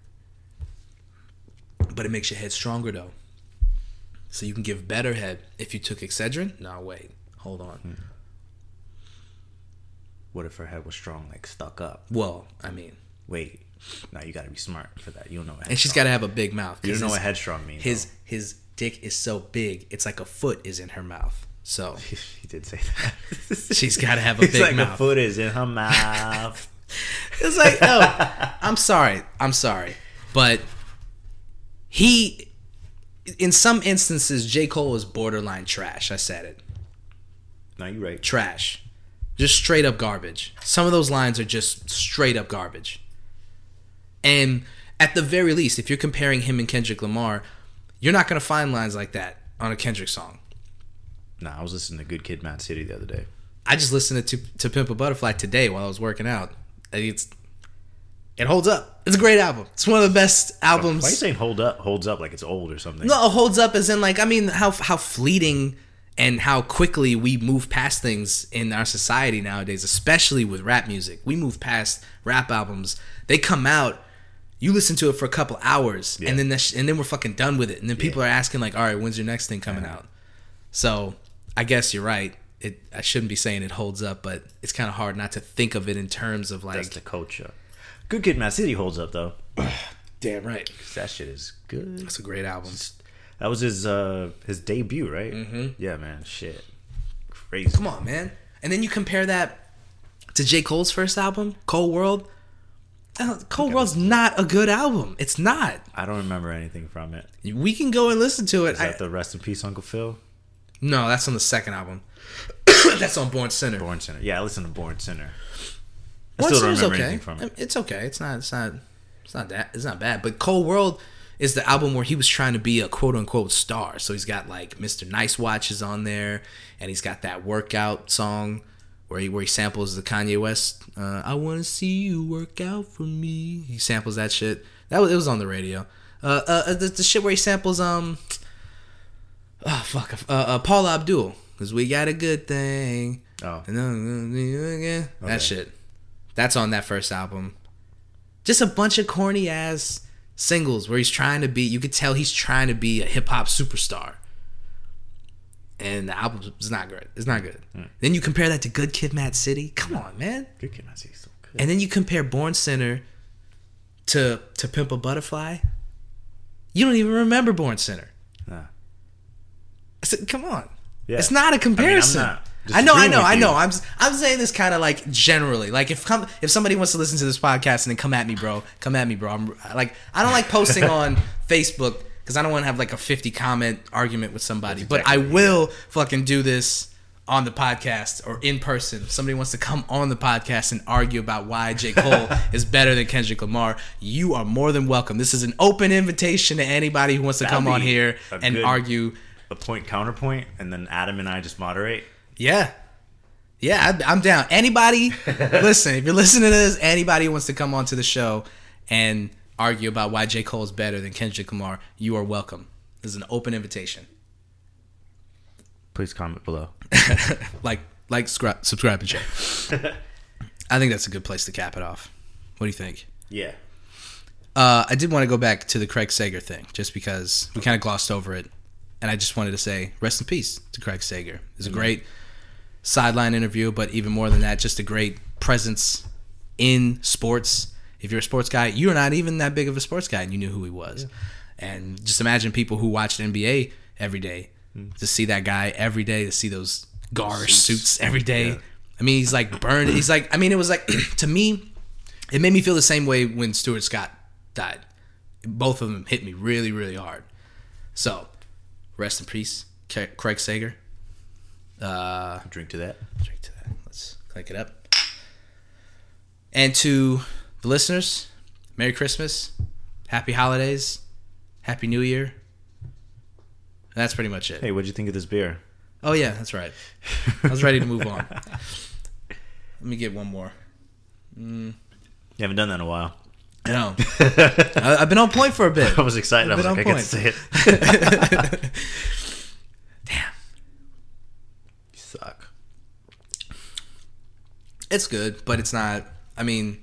S1: but it makes your head stronger though. So you can give better head if you took Excedrin. No, wait, hold on.
S2: Hmm. What if her head was strong, like stuck up?
S1: Well, I mean,
S2: wait, now you got to be smart for that. You don't know. What
S1: and she's got to have a big mouth. 'cause
S2: You don't know
S1: his-
S2: what headstrong means.
S1: His his dick is so big, it's like a foot is in her mouth.
S2: [laughs]
S1: So
S2: though. [laughs] he did say that. [laughs]
S1: she's got to have a
S2: It's
S1: big
S2: like
S1: mouth.
S2: the foot is in her mouth. [laughs]
S1: It's like, oh, I'm sorry, I'm sorry, but he, in some instances, J Cole is borderline trash. I said it.
S2: no, you're right.
S1: trash. Just straight up garbage. Some of those lines are just straight up garbage. And at the very least, if you're comparing him and Kendrick Lamar, you're not going to find lines like that on a Kendrick song.
S2: Nah, I was listening to Good Kid, Mad City the other day.
S1: I just listened to to Pimp a Butterfly today while I was working out. And It's it holds up. It's a great album. It's one of the best albums.
S2: Why are you saying hold up? Holds up like it's old or something.
S1: Um, No, it holds up as in like I mean how how fleeting and how quickly we move past things in our society nowadays, especially with rap music. We move past rap albums. They come out, you listen to it for a couple hours,
S2: Yeah.
S1: and then that sh- and then we're fucking done with it. And then people are asking like, "All right, when's your next thing coming out?" So I guess you're right. It I shouldn't be saying it holds up, but it's kind of hard not to think of it in terms of like,
S2: That's the culture. Good Kid, Mad City holds up though.
S1: damn right,
S2: 'cause That shit is good.
S1: it's a great album.
S2: That was his uh his debut, right? Mm-hmm. Yeah, man. Shit, crazy.
S1: Come on, man. And then you compare that to J. Cole's first album, Cold World. Uh, Cold World's not a good album. It's not.
S2: I don't remember anything from it.
S1: We can go and listen to it.
S2: Is that
S1: I-
S2: the rest in peace, Uncle Phil?
S1: no, that's on the second album. [coughs] that's on Born Sinner.
S2: Born Sinner. Yeah, I listened to Born Sinner. I
S1: Born
S2: still don't
S1: Sinner's
S2: remember
S1: okay.
S2: anything from
S1: Um,
S2: it.
S1: It's okay. It's not. It's not. It's not that. It's not bad. But Cold World is the album where he was trying to be a quote unquote star. So he's got like Mr. Nice Watches on there, and he's got that workout song where he where he samples the Kanye West. Uh, I want to see you work out for me. He samples that shit. That was it was on the radio. Uh, uh, uh, the, the shit where he samples um. Oh fuck! Uh, uh, Paula Abdul, cause we got a good thing.
S2: Oh,
S1: And then- uh, That
S2: Okay.
S1: shit. That's on that first album. Just a bunch of corny ass singles where he's trying to be, you could tell he's trying to be a hip hop superstar. And the album is not good. It's not good.
S2: Hmm.
S1: Then you compare that to Good Kid Mad City. Come on, man.
S2: good kid. I see. So good.
S1: And then you compare Born Sinner to to Pimp a Butterfly. You don't even remember Born Sinner.
S2: Nah.
S1: I said, come on.
S2: Yeah.
S1: It's not a comparison. I,
S2: not
S1: know, I
S2: disagreeing
S1: know,
S2: with
S1: I
S2: you.
S1: know. I'm s- I'm saying this kind of like generally. Like if come if somebody wants to listen to this podcast and then come at me, bro, come at me, bro. I'm like I don't like
S2: [laughs]
S1: posting on Facebook because I don't want to have like a 50 comment argument with somebody. but I will fucking do this on the podcast or in person. If somebody wants to come on the podcast and argue about why
S2: [laughs]
S1: J. Cole is better than Kendrick Lamar, you are more than welcome. This is an open invitation to anybody who wants to
S2: That'd
S1: come on
S2: be
S1: here
S2: a
S1: and
S2: good-
S1: argue
S2: A point counterpoint, and then Adam and I just moderate.
S1: Yeah. Yeah, I, I'm down. Anybody, listen, if you're listening to this, anybody who wants to come onto the show and argue about why J. Cole is better than Kendrick Lamar, you are welcome. This is an open invitation.
S2: Please comment below.
S1: Like, like, scri- subscribe and share. I think that's a good place to cap it off. What do you think?
S2: Yeah.
S1: Uh, I did want to go back to the Craig Sager thing, just because we kind of glossed over it, and I just wanted to say rest in peace to Craig Sager. It's a great sideline interview, but even more than that, just a great presence in sports. If you're a sports guy, you're not even that big of a sports guy, and you knew who he was. And just imagine people who watched NBA every day to see that guy every day, to see those gar suits, every day. I mean, he's like burned. He's like, I mean, it was like [clears throat] to me, it made me feel the same way when Stuart Scott died. Both of them hit me really, really hard. So, rest in peace, Ca- Craig Sager. Uh,
S2: Drink to that.
S1: drink to that. Let's crank it up. And to the listeners, Merry Christmas, Happy Holidays, Happy New Year. That's pretty much it.
S2: Hey, what'd you think of this beer?
S1: Oh yeah, that's right. I was ready to move
S2: [laughs]
S1: on. Let me get one more.
S2: You haven't done that in a while. [laughs]
S1: I know. I- I've been on point for a bit.
S2: I was excited. I was
S1: Been
S2: like, I
S1: on
S2: get to
S1: point.
S2: say it.
S1: [laughs] Damn.
S2: You suck.
S1: it's good, but it's not. I mean,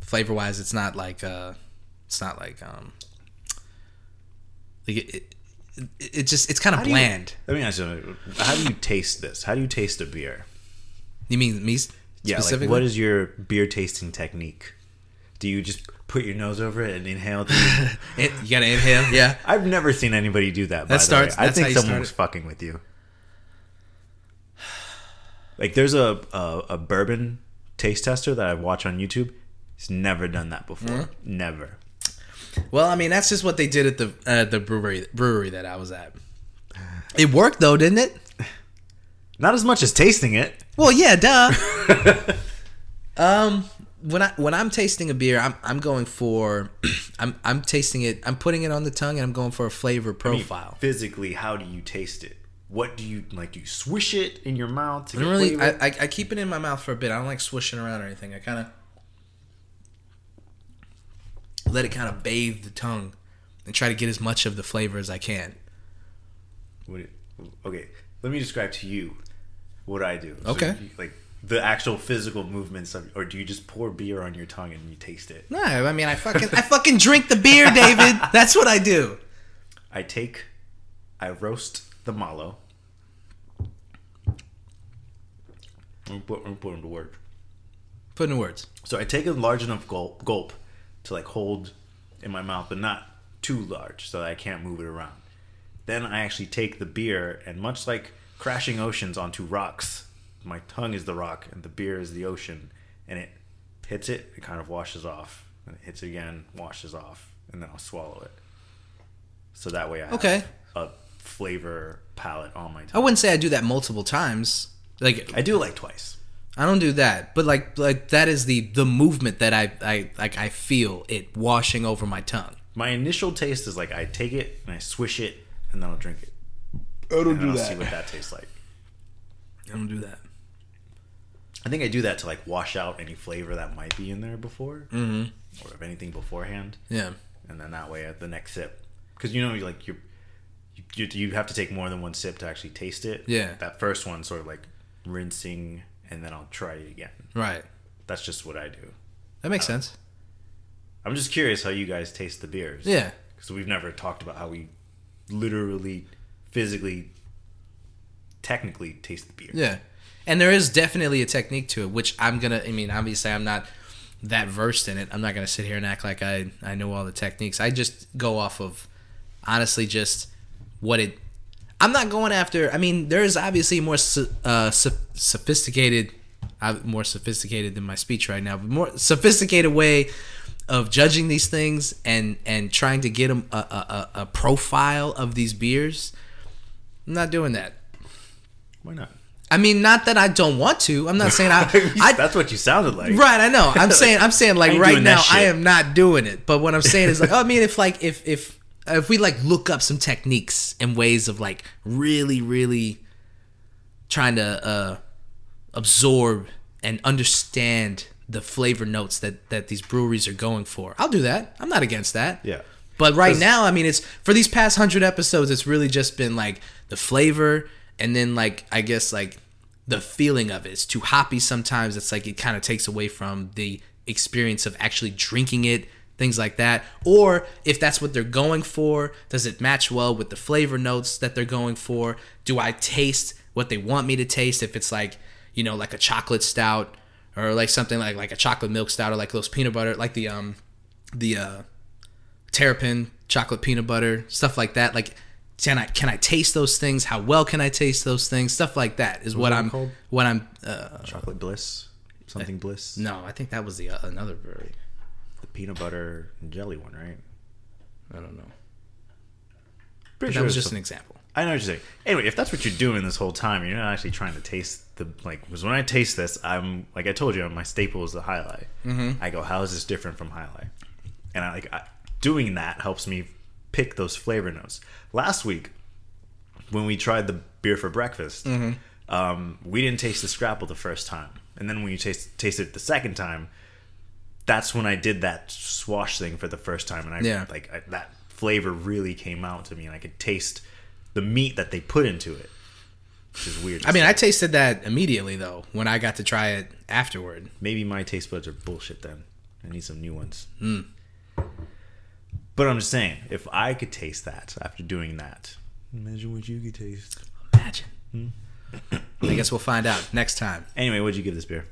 S1: flavor wise, it's not like uh, it's not like um, like it, it, it, it just it's kind of
S2: do you-
S1: bland.
S2: Let me ask you: something. How do you taste this? How do you taste a beer?
S1: You, mean me s-
S2: Yeah,
S1: specifically?
S2: like what is your beer tasting technique? Do you just put your nose over it and
S1: [laughs]
S2: inhale? through-
S1: it, Eh, you gotta inhale? Yeah.
S2: I've never seen anybody do that.
S1: That
S2: By the
S1: starts-
S2: way. I
S1: that's
S2: think
S1: how you
S2: someone
S1: start
S2: was
S1: it.
S2: fucking with you. Like, there's a, a a bourbon taste tester that I watch on YouTube. He's never done that before.
S1: Mm-hmm.
S2: Never.
S1: Well, I mean, that's just what they did at the uh, the brewery brewery that I was at. It worked though, didn't it?
S2: Not as much as tasting it.
S1: Well, yeah, duh.
S2: [laughs]
S1: um, when I when I'm tasting a beer, I'm I'm going for, [clears throat] I'm I'm tasting it. I'm putting it on the tongue, and I'm going for a flavor
S2: I mean,
S1: profile.
S2: physically, how do you taste it? What do you like? Do you swish it in your mouth? To
S1: I
S2: get
S1: don't really,
S2: flavor?
S1: I, I, I keep it in my mouth for a bit. I don't like swishing around or anything. I kind of let it kind of bathe the tongue and try to get as much of the flavor as I can.
S2: What it, okay, let me describe to you what I do. So
S1: Okay.
S2: you- like the actual physical movements of, or do you just pour beer on your tongue and you taste it?
S1: No, I mean I [laughs] fucking I fucking drink the beer, David. That's what I do.
S2: I take, I roast the mallow. I'm put- I'm putting the word.
S1: Put in words.
S2: So I take a large enough gulp, gulp to like hold in my mouth, but not too large so that I can't move it around. Then I actually take the beer and much like crashing oceans onto rocks, my tongue is the rock and the beer is the ocean, and it hits it, it kind of washes off, and it hits again, washes off, and then I'll swallow it. So that way I have
S1: Okay.
S2: a flavor palette on my
S1: I
S2: tongue.
S1: wouldn't say I do that multiple times. Like
S2: I do it like twice.
S1: I don't do that, but like like that is the the movement that I I like I feel it washing over my tongue.
S2: My initial taste is like I take it and I swish it, and then I'll drink it.
S1: I don't
S2: And I'll see what that tastes like.
S1: I don't do that.
S2: I think I do that to like wash out any flavor that might be in there before, mm-hmm. or if anything beforehand,
S1: Yeah.
S2: and then that way at the next sip, because you know you like you, you you have to take more than one sip to actually taste it.
S1: Yeah.
S2: that first one sort of like rinsing, and then I'll try it again.
S1: Right.
S2: That's just what I do.
S1: That makes sense.
S2: I'm just curious how you guys taste the beers.
S1: Yeah.
S2: because we've never talked about how we literally, physically, technically taste the beer.
S1: Yeah. And there is definitely a technique to it, which I'm gonna I mean, obviously I'm not that versed in it. I'm not gonna sit here and act like I, I know all the techniques. I just go off of honestly just what it I'm not going after I mean, there is obviously more so, uh, so, sophisticated I'm more sophisticated than my speech right now, but more sophisticated way of judging these things and and trying to get 'em a, a, a a profile of these beers. I'm not doing that.
S2: Why not?
S1: I mean, not that I don't want to. I'm not saying I. I
S2: That's what [laughs] you sounded like.
S1: right, I know. I'm saying I'm saying
S2: I [laughs]
S1: like
S2: ain't
S1: right
S2: doing that
S1: now I
S2: shit.
S1: am not doing it. But what I'm saying is like, oh, I mean, if like if if if we like look up some techniques and ways of like really really trying to uh absorb and understand the flavor notes that that these breweries are going for, I'll do that. I'm not against that.
S2: Yeah.
S1: But right
S2: 'Cause-
S1: now, I mean, it's for these past hundred episodes, it's really just been like the flavor, and then like I guess like the feeling of it. It's too hoppy sometimes. It's like it kind of takes away from the experience of actually drinking it, things like that. Or if that's what they're going for, does it match well with the flavor notes that they're going for? Do I taste what they want me to taste? If it's like you know like a chocolate stout or like something like like a chocolate milk stout or like those peanut butter like the um the uh terrapin, chocolate peanut butter, stuff like that. Like, can I can I taste those things? How well can I taste those things? Stuff like that is what
S2: that
S1: I'm
S2: called?
S1: what I'm. Uh,
S2: Chocolate bliss, something bliss.
S1: no, I think that was the uh, another brewery.
S2: The peanut butter and jelly one, right?
S1: I don't know.
S2: Pretty
S1: But that was just
S2: it's
S1: an
S2: the-
S1: example.
S2: I know what you're saying. Anyway, if that's what you're doing this whole time, you're not actually trying to taste the like. Because when I taste this, I'm like I told you, my staple is the highlight. Mm-hmm. I go, how is this different from highlight? And I like I, doing that helps me pick those flavor notes. Last week, when we tried the beer for breakfast,
S1: Mm-hmm.
S2: um, we didn't taste the scrapple the first time, and then when you taste taste it the second time, that's when I did that swash thing for the first time, and I
S1: Yeah.
S2: like I, that flavor really came out to me, and I could taste the meat that they put into it, which is weird.
S1: I mean, I tasted that immediately though when I got to try it afterward.
S2: maybe my taste buds are bullshit. Then I need some new ones.
S1: Mm.
S2: But I'm just saying, if I could taste that after doing that, imagine what you could taste.
S1: Imagine.
S2: Hmm.
S1: I guess we'll find out next time.
S2: Anyway, what'd you give this beer?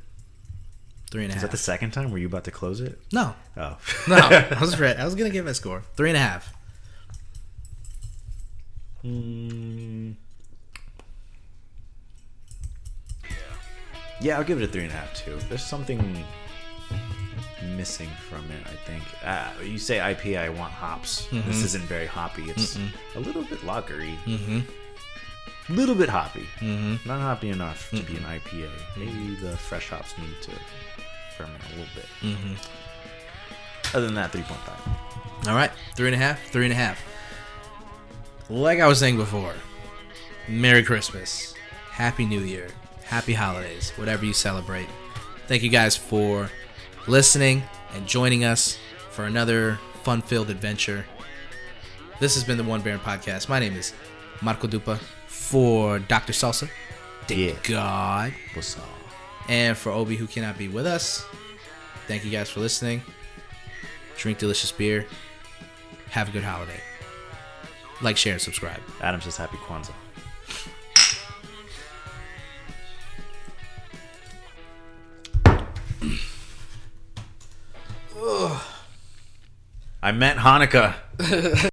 S1: Three and a
S2: Is that
S1: half.
S2: the second time? Were you about to close it? [laughs]
S1: no,
S2: Oh.
S1: no. I was re I was gonna give it a score. Three and a half.
S2: yeah, I'll give it a three and a half too. There's something missing from it, I think. Uh, you say IPA, I want hops. This isn't very hoppy. It's a little bit lagery. Mm-hmm. A little bit hoppy. Mm-hmm. Not hoppy enough to be an IPA. Maybe the fresh hops need to ferment a little bit. Other than that, 3.5.
S1: All right, three and a half, three and a half. Like I was saying before, Merry Christmas, Happy New Year, Happy Holidays, whatever you celebrate. Thank you guys for listening and joining us for another fun filled adventure. This has been the One Baron Podcast. My name is Marco Dupa for Dr. Salsa,
S2: Yeah.
S1: God,
S2: What's up?
S1: and for Obi, who cannot be with us. Thank you guys for listening. Drink delicious beer. Have a good holiday. Like, share, and subscribe.
S2: Adam says happy Kwanzaa. I meant Hanukkah.